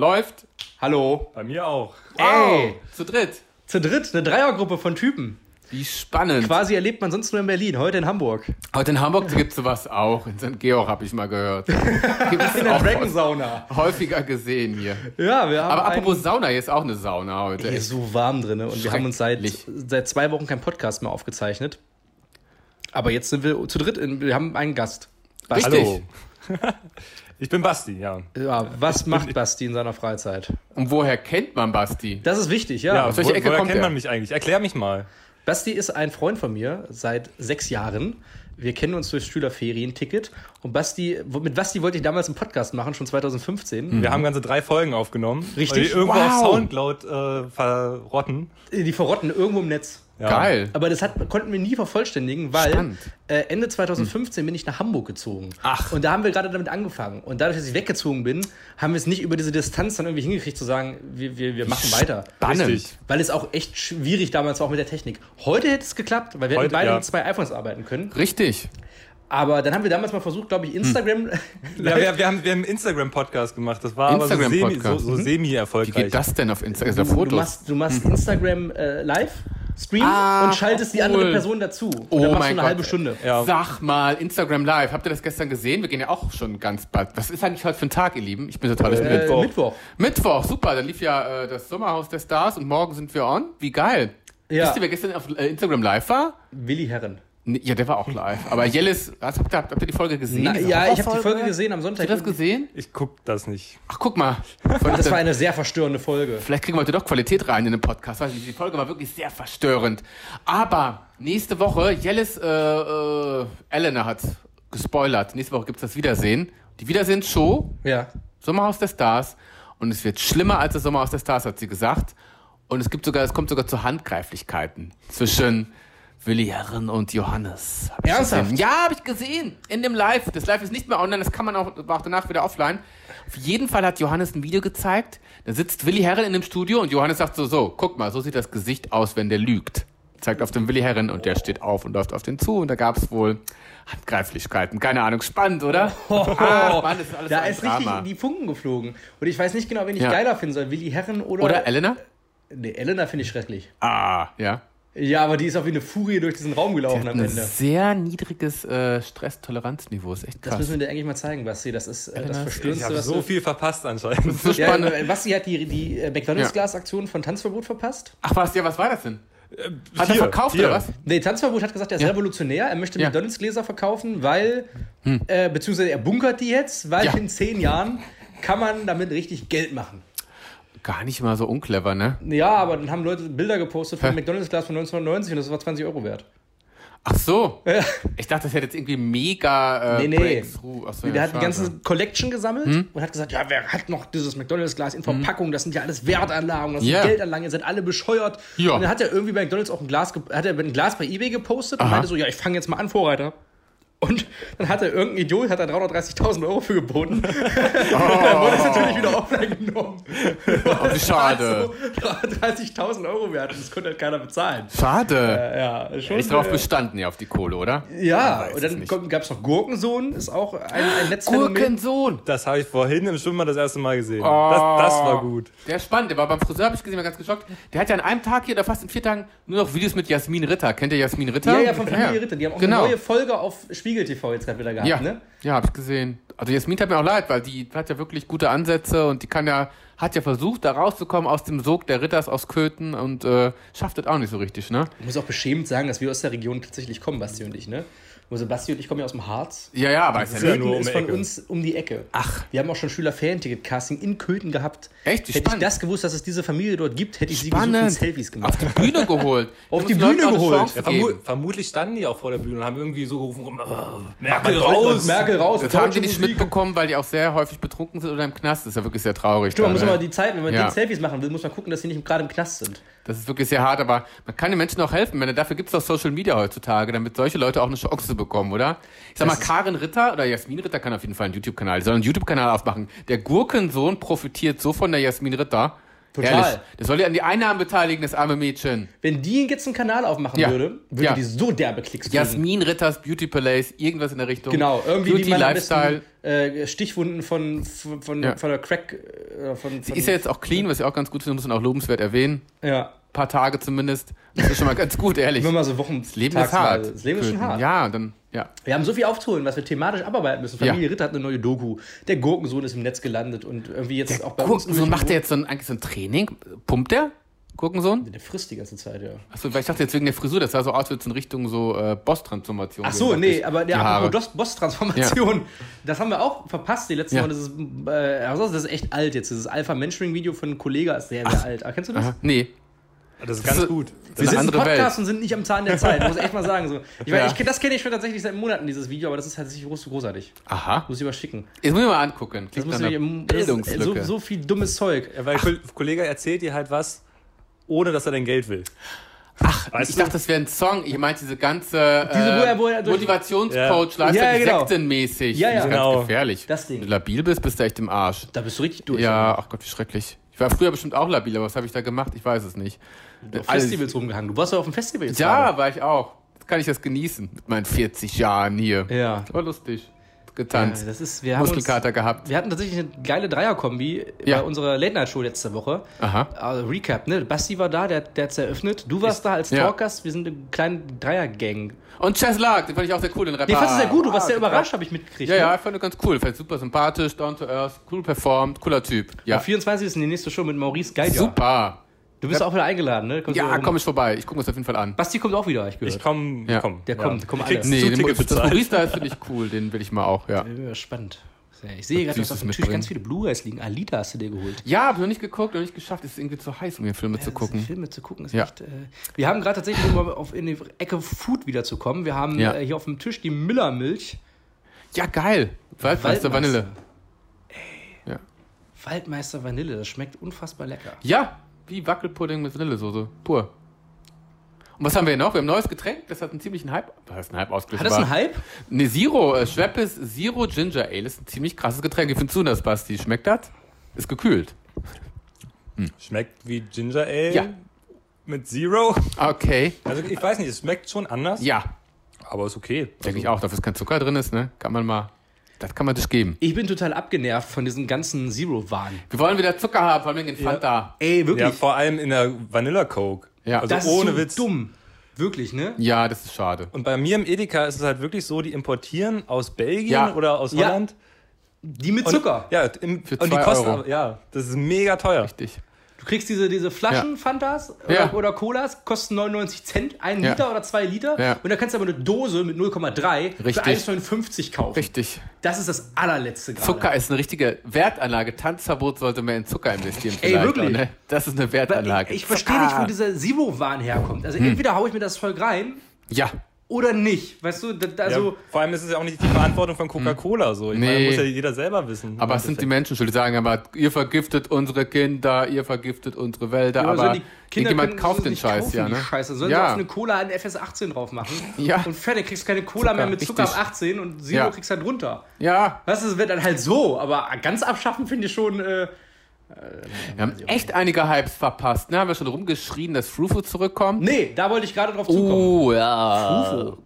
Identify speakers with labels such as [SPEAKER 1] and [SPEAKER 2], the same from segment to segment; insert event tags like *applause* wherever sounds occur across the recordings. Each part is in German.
[SPEAKER 1] Läuft.
[SPEAKER 2] Hallo.
[SPEAKER 3] Bei mir auch.
[SPEAKER 2] Ey.
[SPEAKER 1] Zu dritt.
[SPEAKER 2] Zu dritt, eine Dreiergruppe von Typen.
[SPEAKER 1] Wie spannend.
[SPEAKER 2] Quasi erlebt man sonst nur in Berlin, heute in Hamburg.
[SPEAKER 1] Heute in Hamburg gibt es sowas auch. In St. Georg habe ich mal
[SPEAKER 2] *laughs*
[SPEAKER 1] gehört. Gibt es
[SPEAKER 2] In der Dragon Sauna.
[SPEAKER 1] häufiger gesehen hier.
[SPEAKER 2] Ja, wir haben.
[SPEAKER 1] Aber
[SPEAKER 2] einen-
[SPEAKER 1] apropos Sauna, hier ist auch eine Sauna heute.
[SPEAKER 2] Hier ist so warm drin ne? und wir haben uns seit,
[SPEAKER 1] Schrecklich.
[SPEAKER 2] seit zwei Wochen keinen Podcast mehr aufgezeichnet. Aber jetzt sind wir zu dritt, in, wir haben einen Gast. Basti.
[SPEAKER 1] Richtig.
[SPEAKER 3] Hallo. *laughs* ich bin Basti, ja.
[SPEAKER 2] Ja, was macht Basti in seiner Freizeit?
[SPEAKER 1] Und woher kennt man Basti?
[SPEAKER 2] Das ist wichtig, ja.
[SPEAKER 1] aus welcher
[SPEAKER 3] wo-
[SPEAKER 1] Ecke
[SPEAKER 3] woher
[SPEAKER 1] kommt
[SPEAKER 3] kennt
[SPEAKER 1] er?
[SPEAKER 3] man mich eigentlich? Erklär mich mal.
[SPEAKER 2] Basti ist ein Freund von mir seit sechs Jahren. Wir kennen uns durchs Schülerferienticket. Und Basti, wo- mit Basti wollte ich damals einen Podcast machen, schon 2015.
[SPEAKER 1] Hm.
[SPEAKER 3] Wir haben ganze drei Folgen aufgenommen.
[SPEAKER 2] Richtig.
[SPEAKER 3] Die irgendwo
[SPEAKER 1] Mhm. Wow.
[SPEAKER 3] auf Soundcloud äh, verrotten.
[SPEAKER 2] Die verrotten irgendwo im Netz.
[SPEAKER 3] Ja.
[SPEAKER 1] Geil.
[SPEAKER 2] Aber das hat, konnten wir nie vervollständigen, weil
[SPEAKER 1] Spannend. Hm.
[SPEAKER 2] äh, Ende 2015 bin ich nach Hamburg gezogen.
[SPEAKER 3] Ach.
[SPEAKER 2] Und da haben wir gerade damit angefangen. Und dadurch, dass ich weggezogen bin, haben wir es nicht über diese Distanz dann irgendwie hingekriegt zu sagen, wir, wir, wir machen weiter.
[SPEAKER 1] Spannend.
[SPEAKER 3] Richtig.
[SPEAKER 2] Weil es auch echt schwierig damals war, auch mit der Technik. Heute hätte es geklappt, weil wir
[SPEAKER 3] Heute,
[SPEAKER 2] hätten beide
[SPEAKER 3] ja.
[SPEAKER 2] mit zwei iPhones arbeiten können.
[SPEAKER 1] Richtig.
[SPEAKER 2] Aber dann haben wir damals mal versucht, glaube ich,
[SPEAKER 1] Hm.
[SPEAKER 2] Instagram. *laughs*
[SPEAKER 3] Ja, wir, wir haben, wir haben einen Instagram-Podcast gemacht. Das war aber so semi, so,
[SPEAKER 1] Instagram-Podcast. Mhm.
[SPEAKER 3] so
[SPEAKER 1] Wie
[SPEAKER 3] semi-erfolgreich.
[SPEAKER 1] geht das denn auf Instagram? Ist da
[SPEAKER 2] du,
[SPEAKER 1] Fotos? Hm.
[SPEAKER 2] du machst, du machst Instagram äh, live, Stream
[SPEAKER 1] Ah,
[SPEAKER 2] und schaltest die
[SPEAKER 1] cool.
[SPEAKER 2] andere Person dazu. Und
[SPEAKER 1] Oh
[SPEAKER 2] dann machst
[SPEAKER 1] mein
[SPEAKER 2] du eine
[SPEAKER 1] Gott.
[SPEAKER 2] halbe Stunde.
[SPEAKER 3] Ja.
[SPEAKER 1] Sag mal, Instagram Live. Habt ihr das gestern gesehen? Wir gehen ja auch schon ganz bald. Was ist eigentlich heute für ein Tag, ihr Lieben? Ich bin total
[SPEAKER 2] Äh,
[SPEAKER 1] äh,
[SPEAKER 2] Mittwoch.
[SPEAKER 3] Mittwoch.
[SPEAKER 1] Mittwoch, super. Da lief ja äh, das Sommerhaus der Stars und morgen sind wir on. Wie geil.
[SPEAKER 2] Ja.
[SPEAKER 1] Wisst ihr, wer gestern auf äh, Instagram live war?
[SPEAKER 2] Willi Herren.
[SPEAKER 1] Nee, ja, der war auch live. Aber Jellis, was, habt, ihr, habt ihr die Folge gesehen?
[SPEAKER 2] Na,
[SPEAKER 1] Diese
[SPEAKER 2] ja, ich habe die
[SPEAKER 1] Horrorfolge?
[SPEAKER 2] Folge gesehen am Sonntag.
[SPEAKER 1] Habt ihr das gesehen?
[SPEAKER 3] Ich guck das nicht.
[SPEAKER 1] Ach, guck mal.
[SPEAKER 2] Das war eine sehr verstörende Folge.
[SPEAKER 1] Vielleicht kriegen wir heute doch Qualität rein in den Podcast. Weil die Folge war wirklich sehr verstörend. Aber nächste Woche, Jellis, äh, äh, Elena hat gespoilert. Nächste Woche gibt's das Wiedersehen. Die Wiedersehensshow,
[SPEAKER 2] Ja.
[SPEAKER 1] Sommerhaus der Stars. Und es wird schlimmer als das Sommerhaus der Stars, hat sie gesagt. Und es gibt sogar, es kommt sogar zu Handgreiflichkeiten zwischen Willi Herren und Johannes. Hab ich
[SPEAKER 2] Ernsthaft?
[SPEAKER 1] gesehen. Ja, habe ich gesehen. In dem Live. Das Live ist nicht mehr online, das kann man auch, war auch danach wieder offline. Auf jeden Fall hat Johannes ein Video gezeigt. Da sitzt Willi Herren in dem Studio und Johannes sagt so, so, guck mal, so sieht das Gesicht aus, wenn der lügt. Zeigt auf den Willi Herren und der steht auf und läuft auf den zu und da gab es wohl Handgreiflichkeiten. Keine Ahnung, spannend,
[SPEAKER 2] *laughs*
[SPEAKER 1] oder? Ach, *laughs* Mann, das ist alles so
[SPEAKER 2] Oh. Da
[SPEAKER 1] ein
[SPEAKER 2] ist richtig
[SPEAKER 1] Drama.
[SPEAKER 2] in die Funken geflogen. Und ich weiß nicht genau, wen ich
[SPEAKER 1] Ja.
[SPEAKER 2] geiler finden soll. Willi Herren oder.
[SPEAKER 1] Oder Elena?
[SPEAKER 2] nee, Elena finde ich schrecklich.
[SPEAKER 1] Ah, ja.
[SPEAKER 2] Ja, aber die ist auch wie eine Furie durch diesen Raum gelaufen am
[SPEAKER 1] Ein
[SPEAKER 2] Ende.
[SPEAKER 1] sehr niedriges äh, Stresstoleranzniveau, ist echt
[SPEAKER 2] Das
[SPEAKER 1] krass.
[SPEAKER 2] müssen wir dir eigentlich mal zeigen, Basti. Das ist äh, das
[SPEAKER 1] Elena,
[SPEAKER 3] Ich
[SPEAKER 2] Verstörendste,
[SPEAKER 3] habe
[SPEAKER 2] was
[SPEAKER 3] so
[SPEAKER 2] du.
[SPEAKER 3] viel verpasst anscheinend.
[SPEAKER 1] So
[SPEAKER 2] Ja,
[SPEAKER 1] spannend.
[SPEAKER 2] äh, Basti hat die, die äh, McDonalds-Glas-Aktion von Tanzverbot verpasst.
[SPEAKER 1] Ach was, ja, was war das denn? Hat er
[SPEAKER 3] Hier,
[SPEAKER 1] verkauft
[SPEAKER 3] hier.
[SPEAKER 1] oder was?
[SPEAKER 2] Nee, Tanzverbot hat gesagt, er ist revolutionär. Er möchte
[SPEAKER 1] Ja. Hm.
[SPEAKER 2] McDonalds-Gläser verkaufen, weil. Äh, beziehungsweise er bunkert die jetzt, weil
[SPEAKER 1] Ja.
[SPEAKER 2] in zehn Jahren kann man damit richtig Geld machen.
[SPEAKER 1] Gar nicht mal so unclever, ne?
[SPEAKER 2] Ja, aber dann haben Leute Bilder gepostet
[SPEAKER 1] Hä?
[SPEAKER 2] von McDonalds-Glas von 1990 und das war 20 Euro wert.
[SPEAKER 1] Ach so.
[SPEAKER 2] Ja.
[SPEAKER 1] Ich dachte, das hätte jetzt irgendwie mega äh,
[SPEAKER 2] Nee, nee.
[SPEAKER 1] Breakthrough. Ach so,
[SPEAKER 2] Der
[SPEAKER 1] ja,
[SPEAKER 2] hat die
[SPEAKER 1] schade.
[SPEAKER 2] ganze Collection gesammelt
[SPEAKER 1] Hm?
[SPEAKER 2] und hat gesagt, ja, wer hat noch dieses McDonalds-Glas in Verpackung? Das sind ja alles Wertanlagen, das
[SPEAKER 1] Ja.
[SPEAKER 2] sind Geldanlagen, ihr seid alle bescheuert.
[SPEAKER 1] Ja.
[SPEAKER 2] Und dann hat er irgendwie bei McDonalds auch ein Glas, ge- hat er ein Glas bei Ebay gepostet und
[SPEAKER 1] Aha.
[SPEAKER 2] meinte so, ja, ich fange jetzt mal an, Vorreiter. Und dann hat er irgendein Idiot, hat er 330.000 Euro
[SPEAKER 1] *laughs*
[SPEAKER 2] für geboten. *laughs* dann wurde es natürlich wieder offline genommen.
[SPEAKER 1] Oh, wie schade.
[SPEAKER 2] Also 30.000 Euro wert, das konnte halt keiner bezahlen.
[SPEAKER 1] Schade.
[SPEAKER 2] Ja, schon.
[SPEAKER 1] ich drauf
[SPEAKER 2] äh,
[SPEAKER 1] bestanden, ja, auf die Kohle, oder?
[SPEAKER 2] Ja,
[SPEAKER 1] weiß
[SPEAKER 2] und
[SPEAKER 1] es
[SPEAKER 2] dann
[SPEAKER 1] nicht.
[SPEAKER 2] gab es noch Gurkensohn, ist auch ein, ein Netzphänomen.
[SPEAKER 1] Gurkensohn.
[SPEAKER 3] Das habe ich vorhin im Schwimmbad das erste Mal gesehen.
[SPEAKER 1] Oh.
[SPEAKER 3] Das, das war gut.
[SPEAKER 1] Der ist spannend, der war beim Friseur, habe ich gesehen, war ganz geschockt. Der hat ja an einem Tag hier oder fast in vier Tagen nur noch Videos mit Jasmin Ritter. Kennt ihr Jasmin Ritter?
[SPEAKER 2] Ja, ja, von Familie Ritter. Die haben auch
[SPEAKER 1] genau.
[SPEAKER 2] eine neue Folge auf Spiegel TV jetzt gerade wieder gehabt,
[SPEAKER 1] Ja,
[SPEAKER 2] ne?
[SPEAKER 1] ja habe ich gesehen. Also Jasmin tat mir auch leid, weil die hat ja wirklich gute Ansätze und die kann ja, hat ja versucht, da rauszukommen aus dem Sog der Ritters aus Köthen und äh, schafft das auch nicht so richtig, ne?
[SPEAKER 2] Ich muss auch beschämt sagen, dass wir aus der Region tatsächlich kommen, Basti und ich, ne? Also Basti und ich kommen ja aus dem Harz.
[SPEAKER 1] Ja, ja, aber ist ja
[SPEAKER 3] ist ja
[SPEAKER 1] nicht-
[SPEAKER 3] nur um
[SPEAKER 2] ist
[SPEAKER 3] die
[SPEAKER 2] von
[SPEAKER 3] Ecke.
[SPEAKER 2] uns um die Ecke. Ach. Wir haben auch schon Schüler-Ferienticket-Casting in Köthen gehabt.
[SPEAKER 1] Echt? Wie
[SPEAKER 2] Hätte ich
[SPEAKER 1] spannend.
[SPEAKER 2] das gewusst, dass es diese Familie dort gibt, hätte ich sie gesucht
[SPEAKER 1] Spannend.
[SPEAKER 2] und Selfies gemacht.
[SPEAKER 1] auf die Bühne geholt.
[SPEAKER 2] *laughs* Auf
[SPEAKER 1] Wir
[SPEAKER 2] die
[SPEAKER 1] müssen Leuten
[SPEAKER 2] Bühne
[SPEAKER 1] auch eine
[SPEAKER 2] geholt.
[SPEAKER 1] Chance
[SPEAKER 3] Ja,
[SPEAKER 1] geben.
[SPEAKER 3] vermu vermutlich standen die auch vor der Bühne und haben irgendwie so gerufen, äh, Merkel raus.
[SPEAKER 2] Und Merkel raus.
[SPEAKER 1] Das haben die
[SPEAKER 2] deutsche
[SPEAKER 1] nicht
[SPEAKER 2] Musik.
[SPEAKER 1] mitbekommen, weil die auch sehr häufig betrunken sind oder im Knast. Das ist ja wirklich sehr traurig.
[SPEAKER 2] Man
[SPEAKER 1] da,
[SPEAKER 2] muss
[SPEAKER 1] ne?
[SPEAKER 2] immer die Zeit, wenn man
[SPEAKER 1] Ja.
[SPEAKER 2] den Selfies machen will, muss man gucken, dass sie nicht gerade im Knast sind.
[SPEAKER 1] Das ist wirklich sehr hart, aber man kann den Menschen auch helfen. Wenn, dafür gibt es doch Social Media heutzutage, damit solche Leute auch eine Chance bekommen, oder? Ich sag mal, Karin Ritter oder Jasmin Ritter kann auf jeden Fall einen YouTube-Kanal, die soll einen YouTube-Kanal aufmachen. Der Gurkensohn profitiert so von der Jasmin Ritter.
[SPEAKER 2] Total.
[SPEAKER 1] Ehrlich. Das soll ja an die Einnahmen beteiligen, das arme Mädchen.
[SPEAKER 2] Wenn die jetzt einen Kanal aufmachen
[SPEAKER 1] Ja.
[SPEAKER 2] würde, würde
[SPEAKER 1] Ja.
[SPEAKER 2] die so derbe Klicks kriegen.
[SPEAKER 1] Jasmin Ritters Beauty Palace, irgendwas in der Richtung.
[SPEAKER 2] Genau, irgendwie
[SPEAKER 1] Beauty
[SPEAKER 2] wie man am
[SPEAKER 1] Lifestyle.
[SPEAKER 2] besten, äh, Stichwunden von, von, von,
[SPEAKER 1] Ja.
[SPEAKER 2] von der Crack. Äh, von,
[SPEAKER 1] Sie
[SPEAKER 2] von,
[SPEAKER 1] ist ja jetzt auch clean, was ich auch ganz gut finde, muss man auch lobenswert erwähnen.
[SPEAKER 2] ja.
[SPEAKER 1] Ein paar Tage zumindest. Das ist schon mal *laughs* ganz gut, ehrlich.
[SPEAKER 2] Wenn man so Wochen.
[SPEAKER 1] Das Leben ist hart.
[SPEAKER 2] Das Leben ist schon
[SPEAKER 1] Köthen.
[SPEAKER 2] hart.
[SPEAKER 1] Ja, dann, ja.
[SPEAKER 2] Wir haben so viel aufzuholen, was wir thematisch abarbeiten müssen.
[SPEAKER 1] Ja.
[SPEAKER 2] Familie Ritter hat eine neue Doku. Der Gurkensohn ist im Netz gelandet und irgendwie jetzt auch bei uns.
[SPEAKER 1] Gurkensohn macht er jetzt so ein, eigentlich so ein Training? Pumpt der? Gurkensohn?
[SPEAKER 2] Der frisst die ganze Zeit, ja.
[SPEAKER 1] Achso, weil ich dachte jetzt wegen der Frisur, das sah so aus, als in Richtung so äh, Boss-Transformation.
[SPEAKER 2] Ach
[SPEAKER 1] gehen,
[SPEAKER 2] so,
[SPEAKER 1] dachte
[SPEAKER 2] Also, nee,
[SPEAKER 1] ich.
[SPEAKER 2] aber
[SPEAKER 1] Die
[SPEAKER 2] der
[SPEAKER 1] Haare.
[SPEAKER 2] apropos Dos- Boss-Transformation, das haben wir auch verpasst die letzten
[SPEAKER 1] Ja.
[SPEAKER 2] Mal. Das ist, äh, also das ist echt alt jetzt. Dieses Alpha-Mentoring-Video von einem Kollegen ist sehr, sehr alt. Ah, kennst du das?
[SPEAKER 1] Aha, Nee,
[SPEAKER 3] Das ist ganz
[SPEAKER 1] ist-
[SPEAKER 3] gut.
[SPEAKER 1] Das
[SPEAKER 2] Wir
[SPEAKER 1] ist
[SPEAKER 2] sind
[SPEAKER 1] eine
[SPEAKER 2] ein
[SPEAKER 1] andere Welt.
[SPEAKER 2] Podcast und sind nicht am Zahn der Zeit, muss ich echt mal sagen. So. Ich
[SPEAKER 1] Ja.
[SPEAKER 2] meine, ich, das kenne ich schon tatsächlich seit Monaten, dieses Video, aber das ist tatsächlich groß, großartig.
[SPEAKER 1] Aha.
[SPEAKER 2] Muss ich mal schicken.
[SPEAKER 1] Jetzt muss ich mal angucken.
[SPEAKER 2] Das
[SPEAKER 1] Klingt
[SPEAKER 2] muss
[SPEAKER 1] nach
[SPEAKER 2] nämlich
[SPEAKER 1] einer
[SPEAKER 2] im- das ist so,
[SPEAKER 1] Bildungslücke.
[SPEAKER 2] so viel dummes Zeug.
[SPEAKER 3] Ja, weil Kol- Kollege erzählt dir halt was, ohne dass er dein Geld will. Ach, weißt
[SPEAKER 1] ich
[SPEAKER 3] du?
[SPEAKER 1] dachte, das wäre ein Song. Ich meinte diese ganze äh,
[SPEAKER 2] Diese, wo er- wo er durch-
[SPEAKER 1] Motivationscoach,
[SPEAKER 2] Ja. Ja,
[SPEAKER 1] lifestyle
[SPEAKER 2] genau.
[SPEAKER 1] sektenmäßig
[SPEAKER 2] Ja, ja.
[SPEAKER 1] Das ist
[SPEAKER 3] Genau.
[SPEAKER 1] ganz gefährlich.
[SPEAKER 2] Das Ding.
[SPEAKER 1] Wenn du labil bist, bist du echt im Arsch.
[SPEAKER 2] Da bist du richtig durch.
[SPEAKER 1] Ja, ach Gott, wie schrecklich. Ich war früher bestimmt auch labil, aber was habe ich da gemacht? Ich weiß es nicht.
[SPEAKER 2] Auf Festivals rumgehangen. Du warst ja auf dem Festival jetzt.
[SPEAKER 1] Ja, war ich auch. Jetzt kann ich das genießen mit meinen 40 Jahren hier.
[SPEAKER 2] gerade. Ja.
[SPEAKER 1] War lustig.
[SPEAKER 2] ja.
[SPEAKER 1] Getanzt.
[SPEAKER 2] Äh, Das ist, wir haben uns,
[SPEAKER 1] Muskelkater gehabt.
[SPEAKER 2] wir hatten tatsächlich eine geile Dreierkombi
[SPEAKER 1] Ja.
[SPEAKER 2] bei unserer Late-Night-Show letzte Woche.
[SPEAKER 1] Aha.
[SPEAKER 2] Also Recap, ne? Basti war da, der, der hat's eröffnet. Du warst da als
[SPEAKER 1] ja.
[SPEAKER 2] Talkgast. Wir sind eine kleine Dreier-Gang.
[SPEAKER 1] Und Chess Lark, den fand ich auch sehr cool, den Rapper.
[SPEAKER 2] Den fandst du sehr gut. Du warst sehr
[SPEAKER 1] Ah, total.
[SPEAKER 2] überrascht, habe ich mitgekriegt.
[SPEAKER 1] Ja,
[SPEAKER 2] ne?
[SPEAKER 1] ja, ich fand ihn ganz cool. Fand ihn super sympathisch, down to earth, cool performt, cooler Typ. Ja.
[SPEAKER 2] Am 24. ist die nächste Show mit Maurice Geiger.
[SPEAKER 1] Super.
[SPEAKER 2] Du bist auch wieder eingeladen, ne? Kommst du
[SPEAKER 1] Ja,
[SPEAKER 2] auch-
[SPEAKER 1] komm ich vorbei. Ich gucke mir das auf jeden Fall an.
[SPEAKER 2] Basti kommt auch wieder, hab ich gehört.
[SPEAKER 3] Ich komm,
[SPEAKER 1] Ja.
[SPEAKER 3] komm.
[SPEAKER 2] Der kommt, kommen
[SPEAKER 3] Du
[SPEAKER 2] alle.
[SPEAKER 3] kriegst
[SPEAKER 1] Nee,
[SPEAKER 3] zu
[SPEAKER 1] den,
[SPEAKER 3] Ticket
[SPEAKER 1] muss- das
[SPEAKER 3] bezahlt.
[SPEAKER 1] Barista ist finde ich cool, den will ich mal auch, ja.
[SPEAKER 2] Bin Spannend. Ich sehe gerade, dass
[SPEAKER 1] Süßes
[SPEAKER 2] auf dem
[SPEAKER 1] mit
[SPEAKER 2] Tisch
[SPEAKER 1] drin.
[SPEAKER 2] ganz viele Blu-rays liegen. Alita hast du dir geholt.
[SPEAKER 1] Ja, hab noch nicht geguckt, noch nicht geschafft. Ist irgendwie zu heiß, um hier Filme zu
[SPEAKER 2] Also,
[SPEAKER 1] gucken.
[SPEAKER 2] Filme zu gucken ist
[SPEAKER 1] Ja.
[SPEAKER 2] echt. Äh, wir haben gerade tatsächlich, um mal auf in die Ecke Food wiederzukommen, wir haben
[SPEAKER 1] Ja.
[SPEAKER 2] äh, hier auf dem Tisch die Müllermilch.
[SPEAKER 1] Ja, geil. Waldmeister Vanille.
[SPEAKER 2] Ey.
[SPEAKER 1] Ja.
[SPEAKER 2] Waldmeister Vanille, das schmeckt unfassbar lecker.
[SPEAKER 1] Ja, wie Wackelpudding mit Vanillesoße. Pur. Und was haben wir hier noch? Wir haben ein neues Getränk, das hat einen ziemlichen Hype. Das ist ein Hype ausgelöst.
[SPEAKER 2] Hat das einen
[SPEAKER 1] war.
[SPEAKER 2] Hype?
[SPEAKER 1] Nee, Zero, äh, Schweppes Zero Ginger Ale ist ein ziemlich krasses Getränk. Wie findest du das, Basti? Schmeckt das? Ist gekühlt.
[SPEAKER 3] Schmeckt wie Ginger Ale
[SPEAKER 1] Ja.
[SPEAKER 3] mit Zero.
[SPEAKER 1] Okay.
[SPEAKER 3] Also ich weiß nicht, es schmeckt schon anders,
[SPEAKER 1] Ja,
[SPEAKER 3] aber ist okay.
[SPEAKER 1] denke ich auch. Dafür ist kein Zucker drin ist, ne? Kann man mal. Das kann man sich geben.
[SPEAKER 2] Ich bin total abgenervt von diesem ganzen Zero-Wahn.
[SPEAKER 1] Wir wollen wieder Zucker haben, vor allem in Fanta.
[SPEAKER 2] Ey, wirklich.
[SPEAKER 3] Ja, vor allem in der Vanilla Coke.
[SPEAKER 1] Ja.
[SPEAKER 3] also
[SPEAKER 2] das
[SPEAKER 3] ohne
[SPEAKER 2] ist so
[SPEAKER 3] Witz.
[SPEAKER 2] dumm. Wirklich, ne?
[SPEAKER 1] Ja, das ist schade.
[SPEAKER 3] Und bei mir im Edeka ist es halt wirklich so, die importieren aus Belgien
[SPEAKER 1] Ja.
[SPEAKER 3] oder aus
[SPEAKER 2] Ja.
[SPEAKER 3] Holland.
[SPEAKER 2] Die mit
[SPEAKER 3] Und,
[SPEAKER 2] Zucker.
[SPEAKER 3] Ja, im,
[SPEAKER 1] Für
[SPEAKER 3] und die
[SPEAKER 1] zwei
[SPEAKER 3] kosten,
[SPEAKER 1] Euro.
[SPEAKER 3] ja, das ist mega teuer.
[SPEAKER 1] Richtig.
[SPEAKER 2] Du kriegst diese, diese Flaschen Fantas oder,
[SPEAKER 1] Ja.
[SPEAKER 2] oder Colas, kosten 99 Cent, einen
[SPEAKER 1] Ja.
[SPEAKER 2] Liter oder zwei Liter.
[SPEAKER 1] Ja.
[SPEAKER 2] Und dann kannst du aber eine Dose mit 0,3 für
[SPEAKER 1] Richtig.
[SPEAKER 2] 1,59 kaufen.
[SPEAKER 1] Richtig.
[SPEAKER 2] Das ist das allerletzte gerade.
[SPEAKER 1] Zucker ist eine richtige Wertanlage. Tanzverbot sollte man in Zucker investieren. vielleicht
[SPEAKER 2] wirklich?
[SPEAKER 1] auch, ne? Das ist eine Wertanlage.
[SPEAKER 2] Ich, ich verstehe nicht, wo dieser Zero-Wahn herkommt.
[SPEAKER 1] Hm.
[SPEAKER 2] Also entweder haue ich mir das voll rein
[SPEAKER 1] Ja,
[SPEAKER 2] oder nicht. Weißt du, da- da,
[SPEAKER 3] Ja,
[SPEAKER 2] also
[SPEAKER 3] vor allem ist es ja auch nicht die Verantwortung von Coca-Cola so. Ich meine,
[SPEAKER 1] Nee.
[SPEAKER 3] muss ja jeder selber wissen. ne?
[SPEAKER 1] aber es sind die Menschen schuld, die sagen aber, ihr vergiftet unsere Kinder, ihr vergiftet unsere Wälder,
[SPEAKER 2] ja,
[SPEAKER 1] aber
[SPEAKER 2] sollen
[SPEAKER 1] irgendjemand
[SPEAKER 2] können-
[SPEAKER 1] kauft
[SPEAKER 2] sollen
[SPEAKER 1] den
[SPEAKER 2] nicht
[SPEAKER 1] Scheiß,
[SPEAKER 2] kaufen,
[SPEAKER 1] ja,
[SPEAKER 2] die
[SPEAKER 1] ne?
[SPEAKER 2] Scheiße. Sollen sie
[SPEAKER 1] ja.
[SPEAKER 2] auf eine Cola einen FS18 drauf machen?
[SPEAKER 1] Ja.
[SPEAKER 2] Und fertig, kriegst keine Cola mehr mit Zucker
[SPEAKER 1] richtig.
[SPEAKER 2] ab 18 und Zero
[SPEAKER 1] Ja.
[SPEAKER 2] kriegst halt runter.
[SPEAKER 1] ja.
[SPEAKER 2] Weißt du, es wird dann halt so, aber ganz abschaffen finde ich schon. Äh,
[SPEAKER 1] Wir
[SPEAKER 2] Also,
[SPEAKER 1] haben echt einige Hypes verpasst, ne? Haben wir schon rumgeschrien, dass Frufo zurückkommt?
[SPEAKER 2] Nee, da wollte ich gerade drauf zukommen.
[SPEAKER 1] Oh, ja.
[SPEAKER 2] Frufo.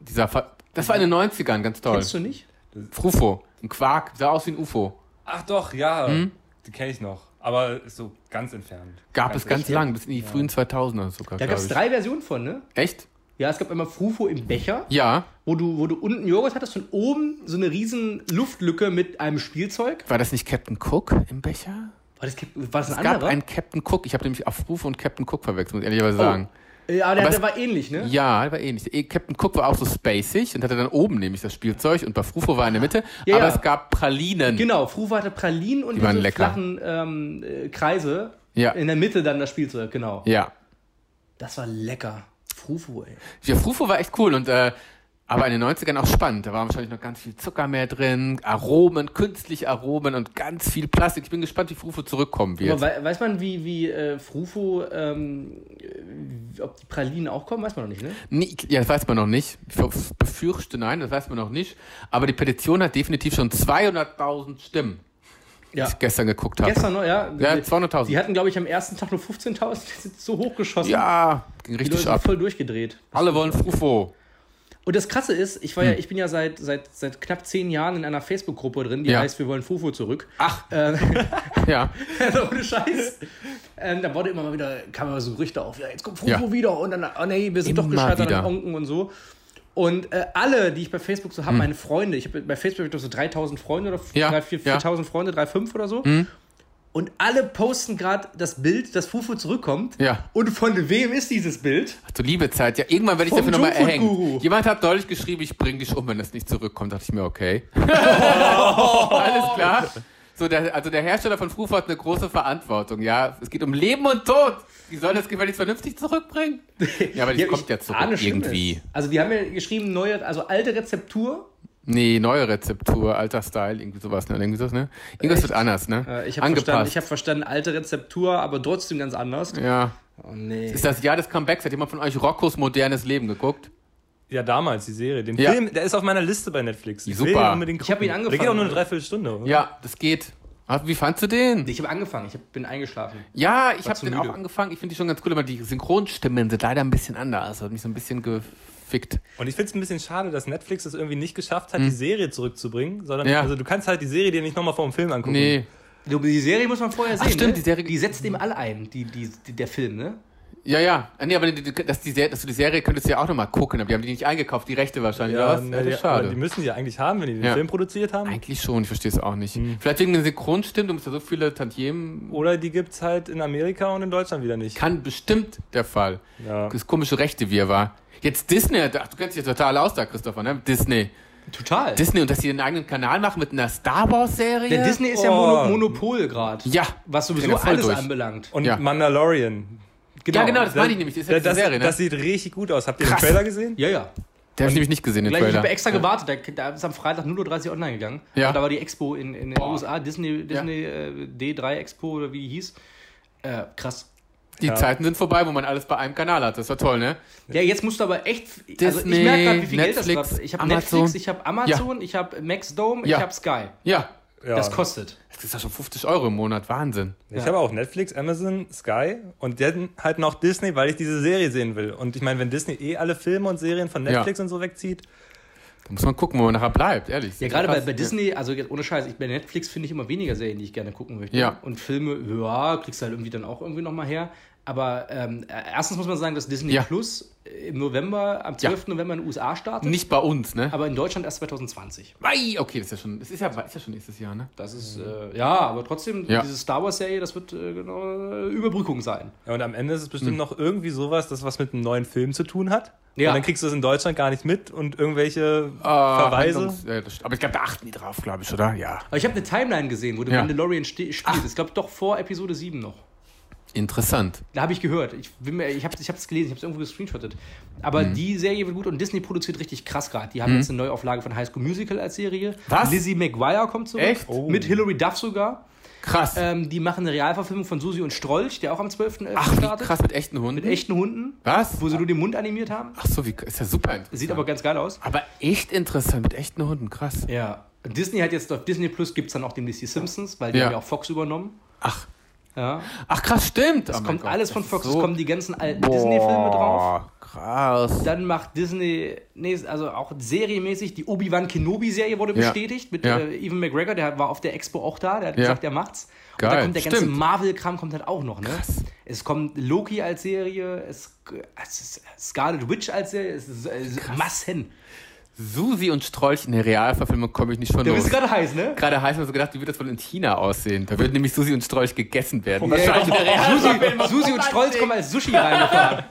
[SPEAKER 1] Dieser Ver das war in den 90ern, ganz toll.
[SPEAKER 2] Kennst du nicht?
[SPEAKER 1] Frufo, ein Quark, sah aus wie ein UFO.
[SPEAKER 3] Ach doch, ja. Die kenne ich noch. Aber ist so ganz entfernt.
[SPEAKER 1] Hm? Gab es ganz
[SPEAKER 3] echt.
[SPEAKER 1] lang, bis in die frühen 2000er sogar,
[SPEAKER 2] Da
[SPEAKER 1] glaub
[SPEAKER 2] gab es
[SPEAKER 1] ich.
[SPEAKER 2] drei Versionen von, ne?
[SPEAKER 1] Echt?
[SPEAKER 2] Ja, es gab einmal Frufo im Becher,
[SPEAKER 1] Ja.
[SPEAKER 2] wo du, wo du unten Joghurt hattest und oben so eine riesen Luftlücke mit einem Spielzeug.
[SPEAKER 1] War das nicht Captain Cook im Becher?
[SPEAKER 2] War das, Cap- war das ein
[SPEAKER 1] Es gab
[SPEAKER 2] anderer?
[SPEAKER 1] einen Captain Cook. Ich habe nämlich auf Ruf und Captain Cook verwechselt, muss ich
[SPEAKER 2] Oh.
[SPEAKER 1] ehrlicherweise sagen.
[SPEAKER 2] ja, der,
[SPEAKER 1] Aber
[SPEAKER 2] der
[SPEAKER 1] es-
[SPEAKER 2] war ähnlich, ne?
[SPEAKER 1] Ja, der war ähnlich. Eh, Captain Cook war auch so spacig und hatte dann oben nämlich das Spielzeug und Bafrufo war in der Mitte.
[SPEAKER 2] Ja,
[SPEAKER 1] aber
[SPEAKER 2] ja.
[SPEAKER 1] es gab Pralinen.
[SPEAKER 2] Genau, Frufo hatte Pralinen und
[SPEAKER 1] waren
[SPEAKER 2] diese
[SPEAKER 1] lecker.
[SPEAKER 2] flachen ähm, äh, Kreise.
[SPEAKER 1] Ja.
[SPEAKER 2] In der Mitte dann das Spielzeug, genau.
[SPEAKER 1] Ja.
[SPEAKER 2] Das war lecker. Frufo, ey.
[SPEAKER 1] Ja, Frufo war echt cool und äh, aber in den 90ern auch spannend. Da war wahrscheinlich noch ganz viel Zucker mehr drin, Aromen, künstliche Aromen und ganz viel Plastik. Ich bin gespannt, wie Frufo zurückkommen
[SPEAKER 2] Aber
[SPEAKER 1] wird.
[SPEAKER 2] wei- weiß man, wie, wie äh, Frufo, ähm, äh, ob die Pralinen auch kommen? Weiß man noch nicht, ne?
[SPEAKER 1] Nee, ich- ja, das weiß man noch nicht. Ich ver- befürchte, nein, das weiß man noch nicht. Aber die Petition hat definitiv schon 200.000 Stimmen.
[SPEAKER 2] Ja.
[SPEAKER 1] ich gestern geguckt habe.
[SPEAKER 2] Gestern noch, ja.
[SPEAKER 1] Ja,
[SPEAKER 2] Die-
[SPEAKER 1] 200.000.
[SPEAKER 2] Die hatten, glaube ich, am ersten Tag nur 15.000. Die sind so hochgeschossen.
[SPEAKER 1] Ja, ging
[SPEAKER 2] die Leute
[SPEAKER 1] richtig
[SPEAKER 2] sind
[SPEAKER 1] ab.
[SPEAKER 2] voll durchgedreht.
[SPEAKER 1] Alle wollen Frufo.
[SPEAKER 2] Und das Krasse ist, ich war
[SPEAKER 1] Hm.
[SPEAKER 2] ja, ich bin ja seit, seit, seit knapp zehn Jahren in einer Facebook-Gruppe drin, die
[SPEAKER 1] Ja.
[SPEAKER 2] heißt Wir wollen Fufu zurück.
[SPEAKER 1] Ach,
[SPEAKER 2] Ähm,
[SPEAKER 1] ja.
[SPEAKER 2] *laughs* also ohne Scheiß. Ähm, da wurde immer mal wieder, kam immer so Gerüchte auf, ja, jetzt kommt Fufu
[SPEAKER 1] Ja.
[SPEAKER 2] wieder und dann, oh nee, wir sind
[SPEAKER 1] Immer
[SPEAKER 2] doch gescheitert
[SPEAKER 1] wieder.
[SPEAKER 2] an Onken und so. Und äh, alle, die ich bei Facebook so habe, meine Freunde, ich habe bei Facebook hab ich doch so 3000 Freunde oder
[SPEAKER 1] Hm. Ja,
[SPEAKER 2] 3, 4,
[SPEAKER 1] ja. Hm.
[SPEAKER 2] 4000 Freunde, 3, 5 oder so. Und alle posten gerade das Bild, dass Fufu zurückkommt.
[SPEAKER 1] Ja.
[SPEAKER 2] Und von wem ist dieses Bild?
[SPEAKER 1] Ach, du liebe Zeit. Ja, irgendwann werde ich
[SPEAKER 2] Vom
[SPEAKER 1] dafür nochmal erhängen.
[SPEAKER 2] Junkfood-Guru.
[SPEAKER 1] Jemand hat deutlich geschrieben, ich bringe dich um, wenn das nicht zurückkommt. Dachte ich mir,
[SPEAKER 2] *laughs*
[SPEAKER 1] okay. Alles klar. So, der, also der Hersteller von Frufo hat eine große Verantwortung. Ja, es geht um Leben und Tod. Die sollen das gefälligst vernünftig zurückbringen. Ja, aber die
[SPEAKER 2] Ja,
[SPEAKER 1] kommt
[SPEAKER 2] ich
[SPEAKER 1] ja zurück
[SPEAKER 2] ahne Schlimmes.
[SPEAKER 1] irgendwie.
[SPEAKER 2] Also die haben ja geschrieben, neue, also alte Rezeptur.
[SPEAKER 1] Nee, neue Rezeptur, alter Style, irgendwie sowas, ne? Irgendwie sowas, ne? Irgendwas wird anders, ne?
[SPEAKER 2] Äh, Ich habe verstanden,
[SPEAKER 1] Angepasst.
[SPEAKER 2] ich hab verstanden, alte Rezeptur, aber trotzdem ganz anders.
[SPEAKER 1] ja.
[SPEAKER 2] Oh nee.
[SPEAKER 1] Ist das Jahr des Comebacks? Hat jemand von euch Roccos modernes Leben geguckt?
[SPEAKER 3] Ja, damals, die Serie. Den
[SPEAKER 1] Ja.
[SPEAKER 3] Film, der ist auf meiner Liste bei Netflix. Ich will
[SPEAKER 1] Super.
[SPEAKER 3] den unbedingt
[SPEAKER 2] Ich hab
[SPEAKER 3] gucken.
[SPEAKER 2] ihn
[SPEAKER 3] Der geht auch
[SPEAKER 2] angefangen.
[SPEAKER 3] nur eine Dreiviertelstunde. oder?
[SPEAKER 1] Ja, das geht. Ah, Wie fandst du den?
[SPEAKER 2] ich habe angefangen, ich hab, bin eingeschlafen.
[SPEAKER 1] Ja, ich habe
[SPEAKER 2] zu
[SPEAKER 1] den
[SPEAKER 2] müde.
[SPEAKER 1] auch angefangen. Ich finde die schon ganz cool, aber die Synchronstimmen sind leider ein bisschen anders. Also Hat mich so ein bisschen gefickt.
[SPEAKER 3] Und ich finde es ein bisschen schade, dass Netflix es irgendwie nicht geschafft hat, die Serie zurückzubringen, sondern
[SPEAKER 1] Hm. Ja.
[SPEAKER 3] also du kannst halt die Serie dir nicht nochmal vor dem Film angucken.
[SPEAKER 1] Nee.
[SPEAKER 2] Du, Die Serie muss man vorher sehen.
[SPEAKER 1] stimmt,
[SPEAKER 2] ne?
[SPEAKER 1] die Serie-
[SPEAKER 2] die setzt dem alle ein, die, die, die, der Film, ne?
[SPEAKER 1] Ja, ja. Ah, Nee, aber die- die- dass, die Serie, dass du die Serie könntest du ja auch nochmal gucken, aber die haben die nicht eingekauft, die Rechte wahrscheinlich,
[SPEAKER 3] Ja,
[SPEAKER 1] oder was?
[SPEAKER 3] na,
[SPEAKER 1] Ja, das
[SPEAKER 3] die,
[SPEAKER 1] ist
[SPEAKER 3] aber die
[SPEAKER 1] schade.
[SPEAKER 3] müssen die ja eigentlich haben, wenn die den
[SPEAKER 1] Ja.
[SPEAKER 3] Film produziert haben.
[SPEAKER 1] Eigentlich schon, ich verstehe es auch nicht. Vielleicht wegen den Synchronstimmen, du musst ja so viele Tantiemen.
[SPEAKER 3] Oder die gibt's halt in Amerika und in Deutschland wieder nicht.
[SPEAKER 1] Kann bestimmt der Fall.
[SPEAKER 3] Ja.
[SPEAKER 1] Das komische Rechte wir war. Jetzt Disney, ach, du kennst dich ja total aus da, Christopher, ne? Disney.
[SPEAKER 2] Total.
[SPEAKER 1] Disney und dass sie einen eigenen Kanal machen mit einer Star Wars Serie?
[SPEAKER 2] Denn Disney ist ja
[SPEAKER 3] Oh.
[SPEAKER 2] Mono Monopol gerade.
[SPEAKER 1] Ja.
[SPEAKER 2] Was
[SPEAKER 1] Drehen
[SPEAKER 2] sowieso
[SPEAKER 1] wir voll
[SPEAKER 2] alles
[SPEAKER 1] durch.
[SPEAKER 2] anbelangt.
[SPEAKER 3] Und
[SPEAKER 1] Ja.
[SPEAKER 3] Mandalorian.
[SPEAKER 1] Ja, genau, das meine ich nämlich. Das ist ja diese
[SPEAKER 3] das,
[SPEAKER 1] Serie, ne?
[SPEAKER 3] das sieht richtig gut aus. Habt ihr
[SPEAKER 1] Krass.
[SPEAKER 3] den Trailer gesehen?
[SPEAKER 2] Ja, ja.
[SPEAKER 1] Der habe ich nämlich nicht gesehen, den
[SPEAKER 2] Gleich, ich
[SPEAKER 1] Trailer.
[SPEAKER 2] habe extra gewartet. Da, da ist am Freitag 0.30 Uhr online gegangen.
[SPEAKER 1] Ja.
[SPEAKER 2] Und da war die Expo in, in den USA, Disney, Disney äh, D3 Expo oder wie die hieß. Äh, krass.
[SPEAKER 1] Die Zeiten sind vorbei, wo man alles bei einem Kanal hat. Das war toll, ne?
[SPEAKER 2] Ja, jetzt musst du aber echt. also ich
[SPEAKER 1] Disney,
[SPEAKER 2] merke gerade, wie viel Geld
[SPEAKER 1] Netflix,
[SPEAKER 2] das gerade. Ich habe
[SPEAKER 1] Amazon.
[SPEAKER 2] Netflix, ich habe Amazon, ich habe MaxDome,
[SPEAKER 1] Ja.
[SPEAKER 2] ich habe Sky.
[SPEAKER 1] Ja.
[SPEAKER 3] Ja.
[SPEAKER 2] Das kostet.
[SPEAKER 1] Das ist ja schon 50 Euro im Monat. Wahnsinn.
[SPEAKER 3] Ich
[SPEAKER 2] Ja.
[SPEAKER 3] habe auch Netflix, Amazon, Sky und dann halt noch Disney, weil ich diese Serie sehen will. Und ich meine, wenn Disney eh alle Filme und Serien von Netflix und so wegzieht,
[SPEAKER 1] Da muss man gucken, wo man nachher bleibt, ehrlich.
[SPEAKER 2] Ja, gerade bei,
[SPEAKER 1] Krass.
[SPEAKER 2] bei Disney, also jetzt ohne Scheiß, ich, bei Netflix finde ich immer weniger Serien, die ich gerne gucken möchte.
[SPEAKER 1] Ja.
[SPEAKER 2] Und Filme, ja, kriegst du halt irgendwie dann auch irgendwie nochmal her. Aber ähm, äh, erstens muss man sagen, dass Disney
[SPEAKER 1] Ja.
[SPEAKER 2] Plus äh, im November, am 12. November in den USA startet,
[SPEAKER 1] Nicht bei uns, ne?
[SPEAKER 2] aber in Deutschland erst 2020.
[SPEAKER 1] Ei, okay, das ist ja schon, das ist ja, ist ja schon nächstes Jahr, ne?
[SPEAKER 2] Das ist, äh, ja, aber trotzdem,
[SPEAKER 1] Ja.
[SPEAKER 2] diese Star Wars-Serie, das wird äh, genau äh, Überbrückung sein.
[SPEAKER 3] ja, und am Ende ist es bestimmt
[SPEAKER 1] Hm.
[SPEAKER 3] noch irgendwie sowas, das was mit einem neuen Film zu tun hat.
[SPEAKER 2] Ja.
[SPEAKER 3] Und dann kriegst du es in Deutschland gar nicht mit und irgendwelche
[SPEAKER 1] Ah,
[SPEAKER 3] Verweise.
[SPEAKER 1] Handlungs- ja, das st- aber ich glaube, da achten die drauf, glaube ich, oder? Ja.
[SPEAKER 2] Aber ich habe eine Timeline gesehen, wo der
[SPEAKER 1] Ja.
[SPEAKER 2] Mandalorian ste- spielt. Ich glaube doch vor Episode 7 noch.
[SPEAKER 1] Interessant.
[SPEAKER 2] Da habe ich gehört. Ich, bin mir- ich habe es gelesen, ich habe es irgendwo gescreenshottet. Aber
[SPEAKER 1] Mhm.
[SPEAKER 2] die Serie wird gut und Disney produziert richtig krass gerade. Die haben jetzt eine Neuauflage von High School Musical als Serie.
[SPEAKER 1] Was?
[SPEAKER 2] Lizzie McGuire kommt zurück.
[SPEAKER 1] Echt? Oh.
[SPEAKER 2] Mit Hilary Duff sogar.
[SPEAKER 1] Krass.
[SPEAKER 2] Ähm, die machen eine Realverfilmung von Susi und Strolch, der auch am 12.11.
[SPEAKER 1] Ach, wie
[SPEAKER 2] startet.
[SPEAKER 1] krass mit echten Hunden.
[SPEAKER 2] Mit echten Hunden,
[SPEAKER 1] Was?
[SPEAKER 2] wo sie nur den Mund animiert haben.
[SPEAKER 1] Ach so, wie, ist ja super interessant.
[SPEAKER 2] Sieht aber ganz geil aus.
[SPEAKER 1] aber echt interessant, mit echten Hunden, krass.
[SPEAKER 2] Ja. Disney hat jetzt auf Disney Plus gibt es dann auch demnächst die Simpsons, weil die
[SPEAKER 1] Ja.
[SPEAKER 2] haben ja auch Fox übernommen.
[SPEAKER 1] Ach,
[SPEAKER 2] Ja.
[SPEAKER 1] ach krass, stimmt.
[SPEAKER 2] Es
[SPEAKER 1] Oh mein
[SPEAKER 2] kommt
[SPEAKER 1] Gott,
[SPEAKER 2] alles
[SPEAKER 1] das
[SPEAKER 2] von
[SPEAKER 1] ist
[SPEAKER 2] Fox.
[SPEAKER 1] so-
[SPEAKER 2] Es kommen die ganzen alten
[SPEAKER 1] Boah,
[SPEAKER 2] Disney-Filme drauf.
[SPEAKER 1] Krass.
[SPEAKER 2] Dann macht Disney, nee, also auch serienmäßig, die Obi-Wan Kenobi-Serie wurde
[SPEAKER 1] Ja.
[SPEAKER 2] bestätigt mit
[SPEAKER 1] Ja.
[SPEAKER 2] äh, Evan McGregor, der war auf der Expo auch da, der hat
[SPEAKER 1] Ja.
[SPEAKER 2] gesagt, der macht's. Und
[SPEAKER 1] Geil,
[SPEAKER 2] dann kommt der ganze
[SPEAKER 1] stimmt.
[SPEAKER 2] Marvel-Kram kommt halt auch noch, ne?
[SPEAKER 1] Krass.
[SPEAKER 2] Es kommt Loki als Serie, es, es ist Scarlet Witch als Serie, es ist äh, Massen.
[SPEAKER 1] Susi und Strolch in der Realverfilmung komme ich nicht von
[SPEAKER 2] Du
[SPEAKER 1] los.
[SPEAKER 2] bist gerade heiß, ne?
[SPEAKER 1] Gerade heiß, mir so gedacht, wie wird das wohl in China aussehen? Da würden nämlich Susi und Strolch gegessen werden.
[SPEAKER 2] Ja, Susi, Susi und Strolz kommen als Sushi reingefahren.